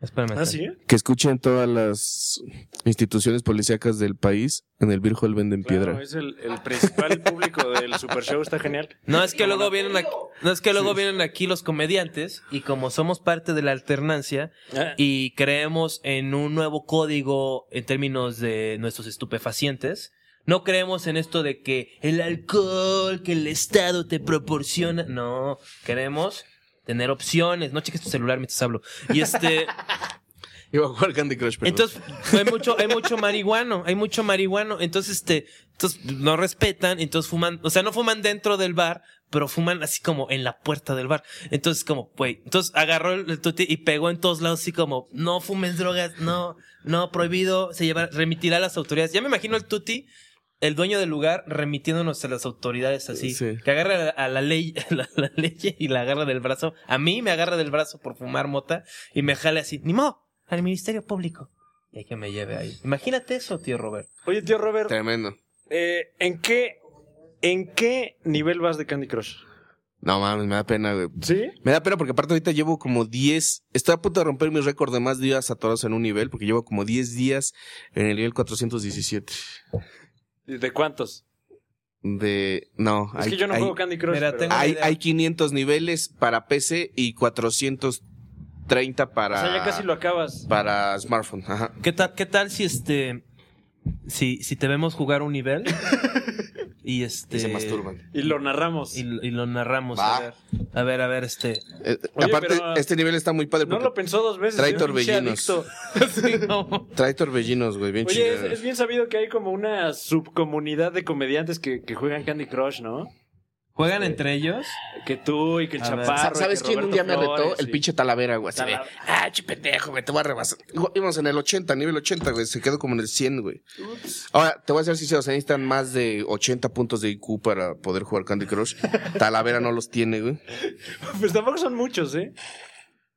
[SPEAKER 2] Espérame.
[SPEAKER 4] ¿Ah, sí?
[SPEAKER 5] Que escuchen todas las instituciones policíacas del país. En el Beer Hall venden
[SPEAKER 4] Claro,
[SPEAKER 5] piedra.
[SPEAKER 4] es el, el principal público del Super Show, está genial.
[SPEAKER 2] No es que luego vienen aquí, no es que luego vienen aquí los comediantes y como somos parte de la alternancia
[SPEAKER 4] Ah.
[SPEAKER 2] y creemos en un nuevo código en términos de nuestros estupefacientes, no creemos en esto de que el alcohol que el Estado te proporciona, no, queremos tener opciones, no cheques tu celular mientras hablo. Y este
[SPEAKER 5] Iba a jugar Candy Crush, pero.
[SPEAKER 2] entonces, hay mucho, hay mucho marihuano, hay mucho marihuano. Entonces, este, entonces no respetan, entonces fuman, o sea, no fuman dentro del bar, pero fuman así como en la puerta del bar. Entonces, como, güey, entonces agarró el, el tuti y pegó en todos lados así como, no fumes drogas, no, no, prohibido, se llevará, remitirá a las autoridades. Ya me imagino el tuti. El dueño del lugar remitiéndonos a las autoridades así.
[SPEAKER 5] Sí.
[SPEAKER 2] Que agarra a la, a la ley, a la, la ley y la agarra del brazo. A mí me agarra del brazo por fumar mota y me jale así. Ni modo, al Ministerio Público. Y hay que me lleve ahí. Imagínate eso, tío Robert.
[SPEAKER 4] Oye, tío Robert,
[SPEAKER 5] Tremendo.
[SPEAKER 4] eh, ¿en qué en qué nivel vas de Candy Crush?
[SPEAKER 5] No mames, me da pena, güey.
[SPEAKER 4] ¿Sí?
[SPEAKER 5] Me da pena porque aparte ahorita llevo como 10, estoy a punto de romper mi récord de más días atorados en un nivel, porque llevo como 10 días en el nivel 417.
[SPEAKER 4] ¿De cuántos?
[SPEAKER 5] De... No,
[SPEAKER 4] Es
[SPEAKER 5] hay,
[SPEAKER 4] que yo no
[SPEAKER 5] hay,
[SPEAKER 4] juego Candy Crush.
[SPEAKER 2] Mira,
[SPEAKER 4] pero-
[SPEAKER 2] tengo-
[SPEAKER 5] hay,
[SPEAKER 2] idea.
[SPEAKER 5] hay 500 niveles para PC y 430
[SPEAKER 4] O
[SPEAKER 5] para...
[SPEAKER 4] sea, ya casi lo acabas.
[SPEAKER 5] Para smartphone, ajá.
[SPEAKER 2] ¿Qué tal, qué tal si este. Si, si te vemos jugar un nivel. y este.
[SPEAKER 5] Y
[SPEAKER 4] Eh,
[SPEAKER 5] se masturban.
[SPEAKER 4] Y lo narramos.
[SPEAKER 2] Y, lo- y lo narramos.
[SPEAKER 5] Va.
[SPEAKER 2] A ver, a ver, a ver, este.
[SPEAKER 5] Eh,
[SPEAKER 4] Oye,
[SPEAKER 5] aparte,
[SPEAKER 4] pero-
[SPEAKER 5] este nivel está muy padre
[SPEAKER 4] No
[SPEAKER 5] porque
[SPEAKER 4] lo pensó dos veces.
[SPEAKER 5] Trae
[SPEAKER 4] es un pinche
[SPEAKER 5] torbellinos.
[SPEAKER 4] adicto.
[SPEAKER 2] Sí, no.
[SPEAKER 5] trae torbellinos, güey, bien
[SPEAKER 4] Oye, es,
[SPEAKER 5] chingados.
[SPEAKER 4] es bien sabido que hay como una subcomunidad de comediantes que, que juegan Candy Crush, ¿no?
[SPEAKER 2] ¿Juegan entre ellos?
[SPEAKER 4] Que tú y que el
[SPEAKER 2] A ver.
[SPEAKER 4] chaparro. y
[SPEAKER 5] ¿Sabes
[SPEAKER 4] que
[SPEAKER 5] quién un
[SPEAKER 4] Roberto
[SPEAKER 5] día me retó?
[SPEAKER 4] Flores,
[SPEAKER 5] El
[SPEAKER 4] y-
[SPEAKER 5] pinche Talavera, güey. así de,
[SPEAKER 4] Talavera.
[SPEAKER 5] Ah, chipetejo, güey, te voy a rebasar. Igual, Íbamos en el 80, nivel 80, güey. Se quedó como en el 100, güey. Ahora, te voy a ser sincero, se necesitan más de 80 puntos de IQ para poder jugar Candy Crush. Talavera no los tiene, güey.
[SPEAKER 4] Pues tampoco son muchos, ¿eh?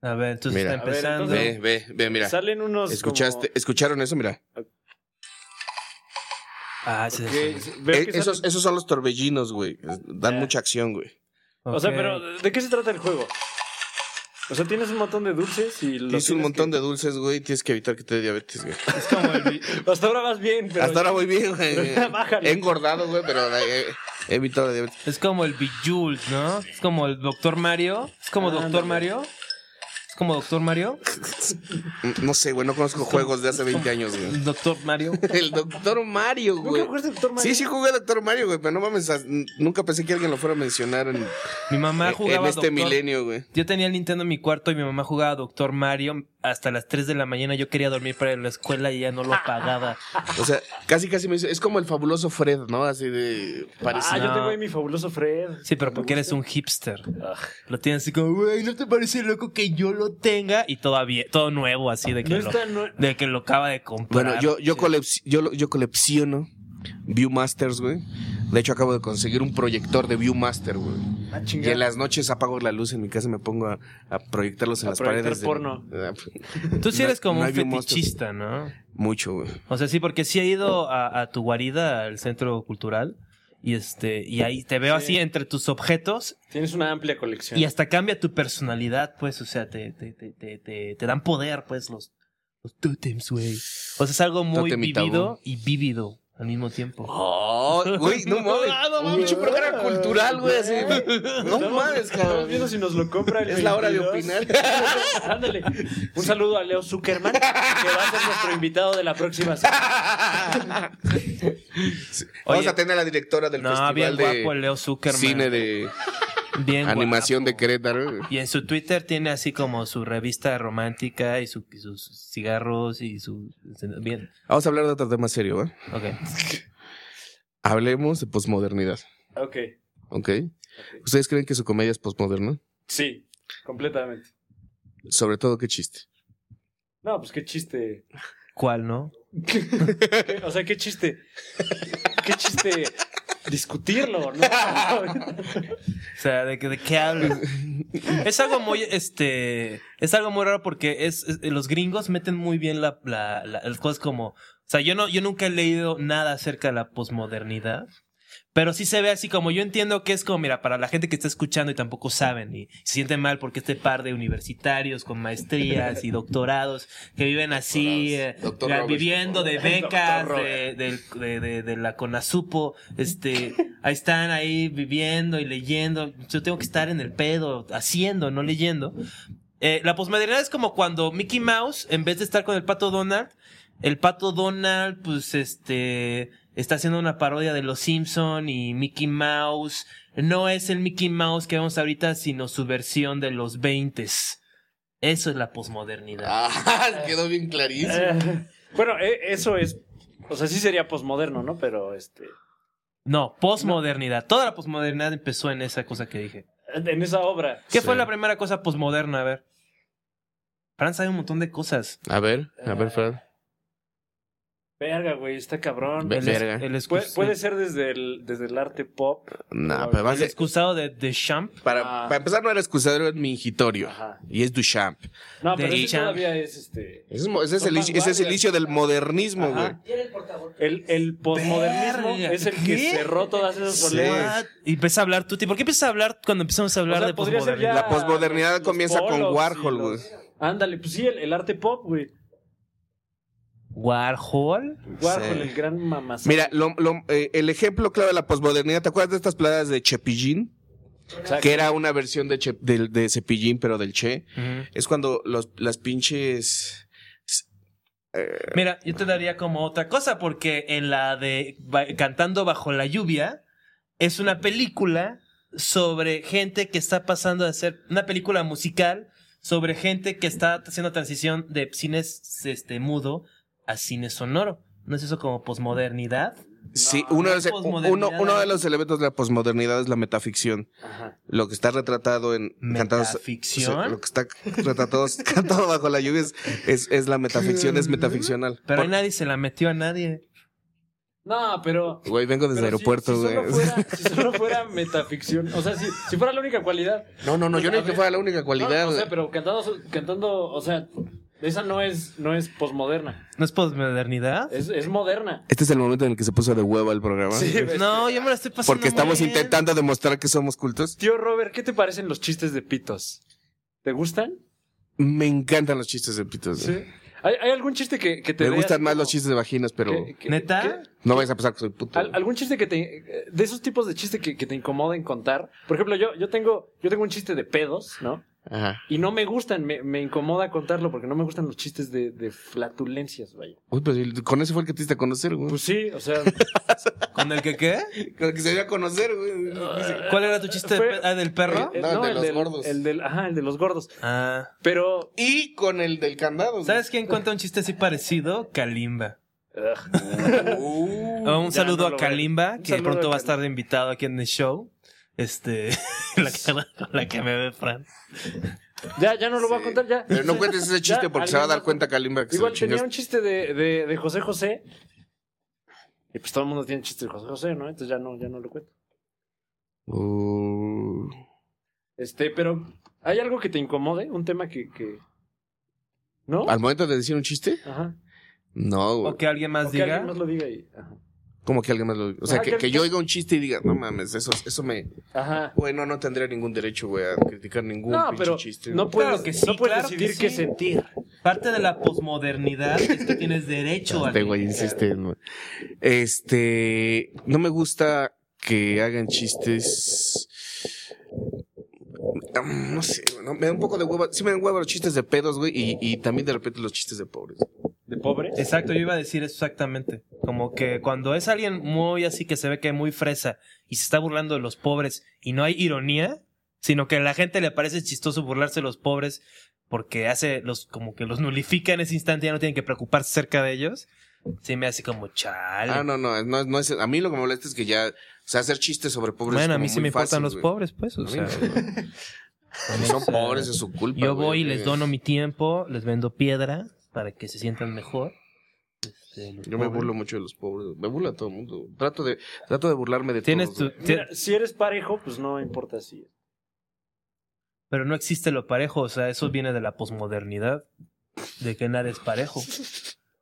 [SPEAKER 2] A ver, entonces
[SPEAKER 5] Mira.
[SPEAKER 2] está
[SPEAKER 4] A ver,
[SPEAKER 2] empezando.
[SPEAKER 4] entonces-
[SPEAKER 5] Ve, ve, ve, mira.
[SPEAKER 4] Salen unos.
[SPEAKER 5] ¿Escuchaste? ¿Escucharon eso? Mira.
[SPEAKER 2] ah, sí,
[SPEAKER 4] como-
[SPEAKER 2] sí.
[SPEAKER 4] que- veo
[SPEAKER 5] Eh,
[SPEAKER 4] que
[SPEAKER 5] esos,
[SPEAKER 4] salen-
[SPEAKER 5] esos son los torbellinos, güey. Dan
[SPEAKER 4] Ya.
[SPEAKER 5] mucha acción, güey.
[SPEAKER 4] O sea,
[SPEAKER 2] Ok.
[SPEAKER 4] pero ¿de qué se trata el juego? O sea, tienes un montón de dulces y los.
[SPEAKER 5] Tienes un
[SPEAKER 4] tienes
[SPEAKER 5] montón
[SPEAKER 4] que-
[SPEAKER 5] de dulces, güey. Tienes que evitar que te dé diabetes, güey.
[SPEAKER 4] Hasta ahora vas bien, pero.
[SPEAKER 5] Hasta ahora voy bien, güey.
[SPEAKER 4] Bájale.
[SPEAKER 5] He engordado, güey, pero eh, he evitado la diabetes.
[SPEAKER 2] Es como el Bejeweled, ¿no? Es como el Doctor Mario. Es como Doctor
[SPEAKER 4] Ándale.
[SPEAKER 2] Mario. Es como Doctor Mario.
[SPEAKER 5] Mm, No sé, güey, no conozco juegos de hace 20 años, güey.
[SPEAKER 2] Doctor Mario.
[SPEAKER 5] El Doctor Mario,
[SPEAKER 4] ¿Nunca
[SPEAKER 5] güey.
[SPEAKER 4] jugaste Doctor Mario?
[SPEAKER 5] Sí, sí jugué a Doctor Mario, güey, pero no mames, as- n- nunca pensé que alguien lo fuera a mencionar en,
[SPEAKER 2] Mi mamá
[SPEAKER 5] en-
[SPEAKER 2] jugaba
[SPEAKER 5] en este
[SPEAKER 2] Doctor-
[SPEAKER 5] milenio, güey.
[SPEAKER 2] Yo tenía el Nintendo en mi cuarto y mi mamá jugaba Doctor Mario hasta las 3 de la mañana. Yo quería dormir para ir a la escuela y ella no lo pagaba.
[SPEAKER 5] O sea, casi casi me dice, es como el fabuloso Fred, ¿no? Así de
[SPEAKER 4] Ah,
[SPEAKER 5] parecido.
[SPEAKER 4] yo
[SPEAKER 2] Pues No.
[SPEAKER 4] tengo ahí mi fabuloso Fred.
[SPEAKER 2] Sí, pero porque eres un hipster. Lo tienes así como, güey, ¿no te parece loco que yo lo tenga? Y todavía, todo nuevo así de que,
[SPEAKER 4] No
[SPEAKER 2] lo,
[SPEAKER 4] está. No...
[SPEAKER 2] de que lo acaba de comprar.
[SPEAKER 5] Bueno, yo, yo,
[SPEAKER 2] Sí.
[SPEAKER 5] colec- yo, lo- yo colecciono Viewmasters, güey. De hecho, acabo de conseguir un proyector de Viewmaster, güey. Y
[SPEAKER 4] Ah,
[SPEAKER 5] en
[SPEAKER 4] chingada.
[SPEAKER 5] las noches apago la luz en mi casa y me pongo a, a proyectarlos en
[SPEAKER 4] A
[SPEAKER 5] las
[SPEAKER 4] proyectar
[SPEAKER 5] paredes. de- ah, pues,
[SPEAKER 4] porno.
[SPEAKER 2] Tú sí
[SPEAKER 5] no-
[SPEAKER 2] eres como
[SPEAKER 5] no
[SPEAKER 2] un
[SPEAKER 5] hay bien monstruos.
[SPEAKER 2] fetichista, ¿no?
[SPEAKER 5] Mucho, güey.
[SPEAKER 2] O sea, sí, porque sí he ido a, a tu guarida, al centro cultural, Y este, y ahí te veo
[SPEAKER 4] Sí.
[SPEAKER 2] así entre tus objetos
[SPEAKER 4] Tienes una amplia colección.
[SPEAKER 2] y hasta cambia tu personalidad, pues, o sea, te, te, te, te, te, te dan poder, pues, los, los totems, güey. O sea, es algo muy
[SPEAKER 5] Tótem y tabú.
[SPEAKER 2] vivido y vívido al mismo tiempo.
[SPEAKER 5] Oh, güey, no mames.
[SPEAKER 2] Ah, no mames.
[SPEAKER 5] Mucho programa cultural, güey. así. No
[SPEAKER 4] Estamos-
[SPEAKER 5] mames,
[SPEAKER 4] Estamos viendo
[SPEAKER 5] cabrón.
[SPEAKER 4] si nos lo compra el
[SPEAKER 5] Es la hora de
[SPEAKER 4] 22.
[SPEAKER 5] opinar.
[SPEAKER 4] Ándale. Un saludo a Leo Zuckerman, que va a ser nuestro invitado de la próxima semana.
[SPEAKER 5] Vamos
[SPEAKER 2] Oye.
[SPEAKER 5] a tener a la directora del
[SPEAKER 2] No, bien
[SPEAKER 5] Festival
[SPEAKER 2] guapo el
[SPEAKER 5] de
[SPEAKER 2] Leo Zuckerman.
[SPEAKER 5] Cine de
[SPEAKER 2] Bien
[SPEAKER 5] Animación de
[SPEAKER 2] guapo.
[SPEAKER 5] Querétaro.
[SPEAKER 2] Y en su Twitter tiene así como su revista romántica y, su- y sus cigarros y su... Bien,
[SPEAKER 5] Vamos a hablar de otro tema serio, ¿va?
[SPEAKER 2] ok.
[SPEAKER 5] Hablemos de posmodernidad,
[SPEAKER 4] Ok.
[SPEAKER 5] ¿ok? ¿Ustedes creen que su comedia es posmoderna?
[SPEAKER 4] Sí, completamente.
[SPEAKER 5] Sobre todo, qué chiste.
[SPEAKER 4] No, pues qué chiste.
[SPEAKER 2] ¿Cuál, no?
[SPEAKER 4] ¿Qué- O sea, qué chiste. Qué chiste discutirlo, ¿no?
[SPEAKER 2] O sea, ¿de, qué- de qué hablas? es algo muy, este, es algo muy raro porque es, es- los gringos meten muy bien la, la- la- las cosas como, o sea, yo no, yo nunca he leído nada acerca de la posmodernidad. Pero sí se ve así como yo entiendo que es como, mira, para la gente que está escuchando y tampoco saben y se siente mal porque este par de universitarios con maestrías y doctorados que viven así,
[SPEAKER 5] Doctorados.
[SPEAKER 2] eh,
[SPEAKER 5] Doctor
[SPEAKER 2] la-
[SPEAKER 5] Robert.
[SPEAKER 2] viviendo de becas,
[SPEAKER 4] Doctor
[SPEAKER 2] de, del- de- de- de la CONASUPO, este, ahí están ahí viviendo y leyendo. Yo tengo que estar en el pedo, haciendo, no leyendo. Eh, la posmodernidad es como cuando Mickey Mouse, en vez de estar con el pato Donald, el pato Donald, pues este, está haciendo una parodia de Los Simpson y Mickey Mouse. No es el Mickey Mouse que vemos ahorita, sino su versión de los 20 Eso es la posmodernidad.
[SPEAKER 5] Ah, quedó bien clarísimo.
[SPEAKER 4] Eh, bueno, e- eso es. O sea, sí sería posmoderno, ¿no? Pero este.
[SPEAKER 2] No, posmodernidad. Toda la posmodernidad empezó en esa cosa que dije.
[SPEAKER 4] En esa obra.
[SPEAKER 2] ¿Qué
[SPEAKER 5] Sí.
[SPEAKER 2] fue la primera cosa posmoderna? A ver. Fran sabe un montón de cosas.
[SPEAKER 5] A ver, a ver, Fran.
[SPEAKER 4] Verga, güey, está cabrón.
[SPEAKER 5] Ve-
[SPEAKER 2] El, es-
[SPEAKER 5] Verga.
[SPEAKER 2] el
[SPEAKER 4] Pu-
[SPEAKER 2] excus-
[SPEAKER 4] Puede, ser desde el, desde el arte pop.
[SPEAKER 5] Nah, pero va a
[SPEAKER 2] el
[SPEAKER 5] ser-
[SPEAKER 2] excusado de, de Champ.
[SPEAKER 5] para,
[SPEAKER 4] Ah.
[SPEAKER 5] para empezar, no era excusado, era mingitorio.
[SPEAKER 4] Ajá.
[SPEAKER 5] Y es Duchamp.
[SPEAKER 4] No,
[SPEAKER 2] De
[SPEAKER 4] pero ese
[SPEAKER 2] Chan.
[SPEAKER 4] todavía es
[SPEAKER 5] Ese
[SPEAKER 4] este.
[SPEAKER 5] es, mo- ese es
[SPEAKER 4] Son
[SPEAKER 5] el, inicio- ese es el
[SPEAKER 4] vanguardias.
[SPEAKER 5] inicio del modernismo, güey.
[SPEAKER 4] Ajá. El, el posmodernismo
[SPEAKER 2] Verga,
[SPEAKER 4] es el
[SPEAKER 2] ¿qué?
[SPEAKER 4] que cerró todas esas
[SPEAKER 5] Sí.
[SPEAKER 4] oleadas.
[SPEAKER 2] What? Y empieza a hablar tú. tío. ¿Por qué empiezas a hablar cuando empezamos a hablar
[SPEAKER 4] O sea,
[SPEAKER 2] de
[SPEAKER 4] podría ser ya
[SPEAKER 2] posmodernidad?
[SPEAKER 5] La posmodernidad
[SPEAKER 4] los- los
[SPEAKER 5] comienza con
[SPEAKER 4] polos y
[SPEAKER 5] Warhol,
[SPEAKER 4] los-
[SPEAKER 5] güey.
[SPEAKER 4] Ándale, pues sí, el, el arte pop, güey.
[SPEAKER 2] Warhol.
[SPEAKER 4] Warhol,
[SPEAKER 5] Sí.
[SPEAKER 4] el gran mamazón.
[SPEAKER 5] Mira, lo- lo- eh, el ejemplo clave de la posmodernidad, ¿te acuerdas de estas pladas de Chepillín?
[SPEAKER 4] Exacto.
[SPEAKER 5] Que era una versión de, Che- del- de Cepillín, pero del Che. Es cuando los, las pinches...
[SPEAKER 2] Mira, yo te daría como otra cosa, porque en la de Ba- Cantando bajo la lluvia es una película sobre gente que está pasando de ser una película musical sobre gente que está haciendo transición de cine este, mudo a cine sonoro. ¿No es eso como posmodernidad?
[SPEAKER 5] sí, uno,
[SPEAKER 2] no
[SPEAKER 5] de los- e-,
[SPEAKER 2] es
[SPEAKER 5] uno,
[SPEAKER 2] posmodernidad.
[SPEAKER 5] uno de los elementos de la posmodernidad es la metaficción.
[SPEAKER 4] Ajá.
[SPEAKER 5] Lo que está retratado en... Cantados-
[SPEAKER 2] ¿Metaficción?
[SPEAKER 5] o sea, lo que está retratado, cantado bajo la lluvia es, es, es la metaficción,
[SPEAKER 4] Mm.
[SPEAKER 5] es metaficcional.
[SPEAKER 2] Pero ahí
[SPEAKER 5] Por-
[SPEAKER 2] nadie se la metió a nadie.
[SPEAKER 4] No, pero.
[SPEAKER 5] Güey, vengo desde el
[SPEAKER 4] pero si-
[SPEAKER 5] aeropuerto, güey.
[SPEAKER 4] si, solo fuera, si solo fuera metaficción. O sea, si, si fuera la única cualidad.
[SPEAKER 5] No, no, no, yo no
[SPEAKER 4] A
[SPEAKER 5] dije que
[SPEAKER 4] ver.
[SPEAKER 5] fuera la única cualidad.
[SPEAKER 4] No, o
[SPEAKER 5] güey.
[SPEAKER 4] sea, pero cantando, cantando, o sea, esa no es, no es posmoderna.
[SPEAKER 2] ¿No es posmodernidad?
[SPEAKER 4] Es, es moderna.
[SPEAKER 5] Este es el momento en el que se puso de hueva el programa.
[SPEAKER 2] No, yo me la estoy pasando muy
[SPEAKER 5] Porque estamos
[SPEAKER 2] bien.
[SPEAKER 5] intentando demostrar que somos cultos.
[SPEAKER 4] Tío Robert, ¿qué te parecen los chistes de pitos? ¿Te gustan?
[SPEAKER 5] Me encantan los chistes de pitos. güey.
[SPEAKER 4] ¿Hay, hay algún chiste que, que te
[SPEAKER 5] Me
[SPEAKER 4] dé
[SPEAKER 5] gustan
[SPEAKER 4] así
[SPEAKER 5] más
[SPEAKER 4] como-
[SPEAKER 5] los chistes de vaginas, pero
[SPEAKER 4] que- que-
[SPEAKER 2] ¿Neta?
[SPEAKER 4] que-
[SPEAKER 5] no vayas a pensar que soy puto.
[SPEAKER 4] Al- algún chiste que te. De esos tipos de chistes que, que te incomoden contar. Por ejemplo, yo, yo tengo. Yo tengo un chiste de pedos, ¿no?
[SPEAKER 5] Ajá.
[SPEAKER 4] Y no me gustan, me, me incomoda contarlo porque no me gustan los chistes de, de flatulencias, vaya.
[SPEAKER 5] Uy, pues con ese fue el que te diste a conocer, güey.
[SPEAKER 4] Pues sí, o sea.
[SPEAKER 2] ¿Con el que qué?
[SPEAKER 5] con el que se dio a conocer, güey.
[SPEAKER 2] ¿Cuál era tu chiste de
[SPEAKER 4] Fue-
[SPEAKER 2] pe- ah, del perro?
[SPEAKER 4] eh,
[SPEAKER 5] No, el de los
[SPEAKER 4] del-
[SPEAKER 5] gordos.
[SPEAKER 4] El del, ajá, el de los gordos.
[SPEAKER 2] Ah.
[SPEAKER 4] Pero.
[SPEAKER 5] Y con el del candado. güey.
[SPEAKER 2] ¿Sabes quién cuenta un chiste así parecido? Kalimba.
[SPEAKER 5] Uh,
[SPEAKER 2] Oh, un
[SPEAKER 4] Mm. ya
[SPEAKER 2] saludo
[SPEAKER 4] no lo
[SPEAKER 2] a
[SPEAKER 4] voy a-
[SPEAKER 2] Kalimba,
[SPEAKER 4] un
[SPEAKER 2] que
[SPEAKER 4] saludo
[SPEAKER 2] pronto
[SPEAKER 4] a
[SPEAKER 2] va a estar de invitado aquí en el show. Este, la cara con la que me ve Fran.
[SPEAKER 4] Ya, ya no lo voy a
[SPEAKER 5] sí.
[SPEAKER 4] contar, ya.
[SPEAKER 5] Pero no cuentes ese chiste
[SPEAKER 4] Ya,
[SPEAKER 5] porque se va a
[SPEAKER 4] alguien
[SPEAKER 5] dar
[SPEAKER 4] más-
[SPEAKER 5] cuenta Kalimba que
[SPEAKER 4] Igual
[SPEAKER 5] se lo
[SPEAKER 4] tenía un
[SPEAKER 5] chingaste.
[SPEAKER 4] chiste de, de, de José José. Y pues todo el mundo tiene chistes de José José, ¿no? Entonces ya no, ya no lo cuento.
[SPEAKER 5] Uh,
[SPEAKER 4] Este, pero. ¿Hay algo que te incomode? ¿Un tema que. que... ¿No?
[SPEAKER 5] Ah. ¿Al momento de decir un chiste?
[SPEAKER 4] Ajá.
[SPEAKER 5] No, güey.
[SPEAKER 2] O que alguien más
[SPEAKER 4] O que
[SPEAKER 2] diga.
[SPEAKER 4] alguien más lo diga y. ajá.
[SPEAKER 5] Como que alguien más lo... O sea,
[SPEAKER 4] Ajá,
[SPEAKER 5] que,
[SPEAKER 4] Ah, que-
[SPEAKER 5] que yo oiga un chiste y diga, no mames, eso, eso me...
[SPEAKER 4] Ajá.
[SPEAKER 5] Bueno, no tendría ningún derecho, güey, a criticar ningún
[SPEAKER 4] No,
[SPEAKER 5] pinche
[SPEAKER 4] pero
[SPEAKER 5] chiste.
[SPEAKER 4] no
[SPEAKER 5] güey.
[SPEAKER 4] puedes,
[SPEAKER 2] Claro que sí,
[SPEAKER 4] no puedes
[SPEAKER 2] claro que
[SPEAKER 4] decidir
[SPEAKER 2] sí.
[SPEAKER 4] qué sentir.
[SPEAKER 2] Parte de la posmodernidad es que tienes derecho a.
[SPEAKER 5] Este güey insiste. en- Este, no me gusta que hagan chistes. Mm, No sé, güey, no, me da un poco de hueva. Sí me dan hueva los chistes de pedos, güey, y, y también de repente los chistes de pobres.
[SPEAKER 4] ¿De pobre?
[SPEAKER 2] Exacto, yo iba a decir eso exactamente. Como que cuando es alguien muy así que se ve que es muy fresa y se está burlando de los pobres y no hay ironía, sino que a la gente le parece chistoso burlarse de los pobres porque hace los como que los nulifica en ese instante, ya no tienen que preocuparse cerca de ellos. Sí me hace como chale.
[SPEAKER 5] Ah, no, no, no, no es, a mí lo que me molesta es que ya, o sea, hacer chistes sobre pobres. es
[SPEAKER 2] bueno, a
[SPEAKER 5] como
[SPEAKER 2] mí sí
[SPEAKER 5] muy
[SPEAKER 2] me importan
[SPEAKER 5] fácil,
[SPEAKER 2] los
[SPEAKER 5] güey.
[SPEAKER 2] pobres, pues, o
[SPEAKER 5] A mí
[SPEAKER 2] sea.
[SPEAKER 5] no, güey.
[SPEAKER 2] o
[SPEAKER 5] son
[SPEAKER 2] sea,
[SPEAKER 5] pobres, es su culpa.
[SPEAKER 2] Yo
[SPEAKER 5] güey, eh.
[SPEAKER 2] voy y
[SPEAKER 5] que-
[SPEAKER 2] les dono mi tiempo, les vendo piedra para que se sientan mejor. Este, los
[SPEAKER 5] Yo me
[SPEAKER 2] pobres.
[SPEAKER 5] burlo mucho de los pobres. güey. Me burlo a todo el mundo. güey. Trato de, trato de burlarme de
[SPEAKER 2] Tienes
[SPEAKER 5] todos,
[SPEAKER 2] tu,
[SPEAKER 5] güey.
[SPEAKER 2] tie-
[SPEAKER 4] Mira, si eres parejo, pues no importa si.
[SPEAKER 2] Pero no existe lo parejo, o sea, eso viene de la posmodernidad, de que nada es parejo.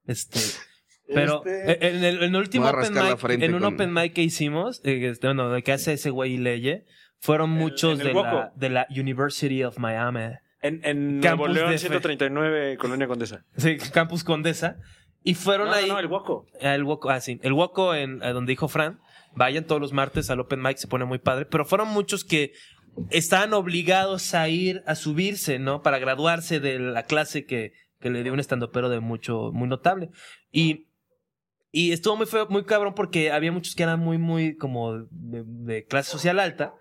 [SPEAKER 2] Este, pero
[SPEAKER 4] Este
[SPEAKER 5] Este,
[SPEAKER 2] eh, en el, en el último
[SPEAKER 5] Me voy a
[SPEAKER 2] open
[SPEAKER 5] rascar la
[SPEAKER 2] mic,
[SPEAKER 5] frente
[SPEAKER 2] en un
[SPEAKER 5] con-
[SPEAKER 2] open mic que hicimos, eh, este, bueno, que hace ese güey y leye, fueron
[SPEAKER 4] En-
[SPEAKER 2] muchos
[SPEAKER 4] en el
[SPEAKER 2] de,
[SPEAKER 4] Woco.
[SPEAKER 2] la, de la University of Miami,
[SPEAKER 4] En, en
[SPEAKER 2] Campus
[SPEAKER 4] Nuevo León
[SPEAKER 2] DF.
[SPEAKER 4] 139, Colonia Condesa.
[SPEAKER 2] sí, Campus Condesa, y fueron
[SPEAKER 4] No, no,
[SPEAKER 2] ahí
[SPEAKER 4] no, el Huaco.
[SPEAKER 2] Ah, el Woco, ah, sí. El Woco, en, a donde dijo Fran, vayan todos los martes al Open Mic, se pone muy padre. Pero fueron muchos que estaban obligados a ir, a subirse, ¿no? Para graduarse de la clase que, que le dio un estandopero de mucho, muy notable. Y, y estuvo muy feo, muy cabrón porque había muchos que eran muy, muy como de, de clase social alta.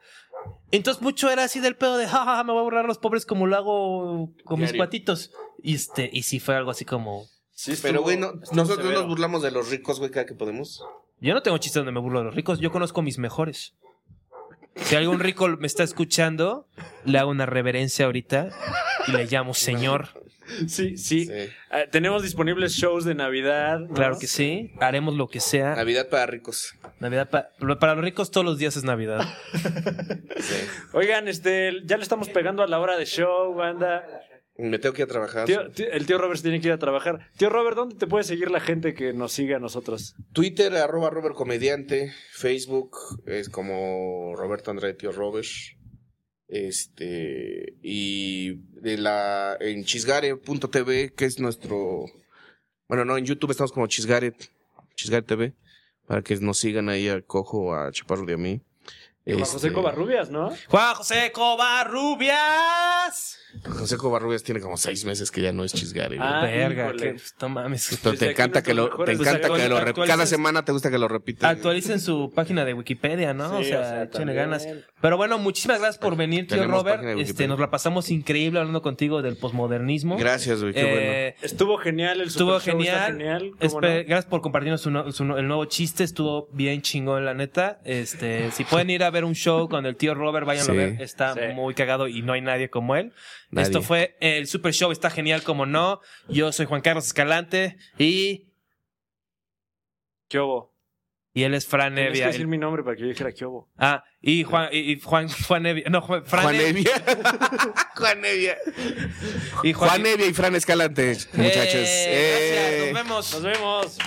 [SPEAKER 2] Entonces mucho era así del pedo de, jajaja, me voy a borrar los pobres como lo hago con mis
[SPEAKER 5] Diario.
[SPEAKER 2] cuatitos. Y este, y sí fue algo así como,
[SPEAKER 4] Sí,
[SPEAKER 5] Pero,
[SPEAKER 4] estuvo-
[SPEAKER 5] güey, no-
[SPEAKER 4] estuvo
[SPEAKER 5] nosotros
[SPEAKER 4] severo.
[SPEAKER 5] nos burlamos de los ricos, güey, cada que podemos.
[SPEAKER 2] Yo no tengo chistes donde me burlo de los ricos, yo conozco mis mejores. Si algún rico me está escuchando, le hago una reverencia ahorita y le llamo señor.
[SPEAKER 4] Sí, sí.
[SPEAKER 5] Sí.
[SPEAKER 4] Ah, tenemos disponibles shows de Navidad. ¿no?
[SPEAKER 2] Claro que sí, haremos lo que sea.
[SPEAKER 5] Navidad para ricos.
[SPEAKER 2] Navidad pa- para los ricos todos los días es Navidad.
[SPEAKER 4] Oigan, este, ya le estamos pegando a la hora de show, banda.
[SPEAKER 5] Me tengo que ir a trabajar.
[SPEAKER 4] Tío- tío- el tío Robert se tiene que ir a trabajar. Tío Robert, ¿dónde te puede seguir la gente que nos sigue a nosotros?
[SPEAKER 5] Twitter, arroba Robert Comediante. Facebook es como Roberto Andrade Tío Robert. Este. Y de la, en chisgare.tv, que es nuestro. Bueno, no, en YouTube estamos como Chisgare. Chisgare TV. Para que nos sigan ahí al cojo, a Chaparro de a mí.
[SPEAKER 4] Juan
[SPEAKER 5] Este,
[SPEAKER 4] José Covarrubias, ¿no?
[SPEAKER 2] Juan José Covarrubias.
[SPEAKER 5] José Covarrubias tiene como seis meses que ya no es Chisgare. güey.
[SPEAKER 4] Ah,
[SPEAKER 2] Verga,
[SPEAKER 4] híjole.
[SPEAKER 2] que, no mames.
[SPEAKER 5] Pero te
[SPEAKER 4] desde aquí
[SPEAKER 5] encanta que lo,
[SPEAKER 4] nuestros
[SPEAKER 5] te
[SPEAKER 4] mejores
[SPEAKER 5] encanta que lo rep-
[SPEAKER 2] actualizaciones.
[SPEAKER 5] cada semana te gusta que lo repitas.
[SPEAKER 4] Ah,
[SPEAKER 2] Actualicen su página de Wikipedia, ¿no?
[SPEAKER 4] Sí,
[SPEAKER 2] o sea, échenle
[SPEAKER 4] también.
[SPEAKER 2] ganas. Pero bueno, muchísimas gracias por venir, tío
[SPEAKER 5] Tenemos
[SPEAKER 2] Robert.
[SPEAKER 5] página de
[SPEAKER 2] Este,
[SPEAKER 5] Wikipedia.
[SPEAKER 2] nos la pasamos increíble hablando contigo del posmodernismo.
[SPEAKER 5] Gracias, güey, qué bueno.
[SPEAKER 2] Eh,
[SPEAKER 4] Estuvo genial el
[SPEAKER 2] Estuvo
[SPEAKER 4] Super Show, está
[SPEAKER 2] genial.
[SPEAKER 4] ¿cómo
[SPEAKER 2] Espe-
[SPEAKER 4] no?
[SPEAKER 2] Gracias por compartirnos su no- su no- el nuevo chiste. Estuvo bien chingón, la neta. Este, si pueden ir a ver un show con el tío Robert, váyanlo a
[SPEAKER 5] Sí.
[SPEAKER 2] ver. Está
[SPEAKER 4] Sí.
[SPEAKER 2] muy cagado y no hay nadie como él.
[SPEAKER 5] Nadie.
[SPEAKER 2] Esto fue el Super Show. Está genial, como no. Yo soy Juan Carlos Escalante y,
[SPEAKER 4] ¿Qué hubo?
[SPEAKER 2] y él es Fran
[SPEAKER 4] Tienes que
[SPEAKER 2] Evia.
[SPEAKER 4] decir mi nombre para que yo dijera ¿qué hubo?
[SPEAKER 2] Ah, y Juan, y, y Juan, Juan Evia. No, Juan, Fran ¿eh?
[SPEAKER 5] Juan
[SPEAKER 2] Evia.
[SPEAKER 5] Evia. Juan Evia.
[SPEAKER 2] Y
[SPEAKER 5] Juan Evia y Fran Escalante, muchachos.
[SPEAKER 2] Eh,
[SPEAKER 5] Eh.
[SPEAKER 2] Gracias, nos vemos.
[SPEAKER 4] ¡Nos vemos!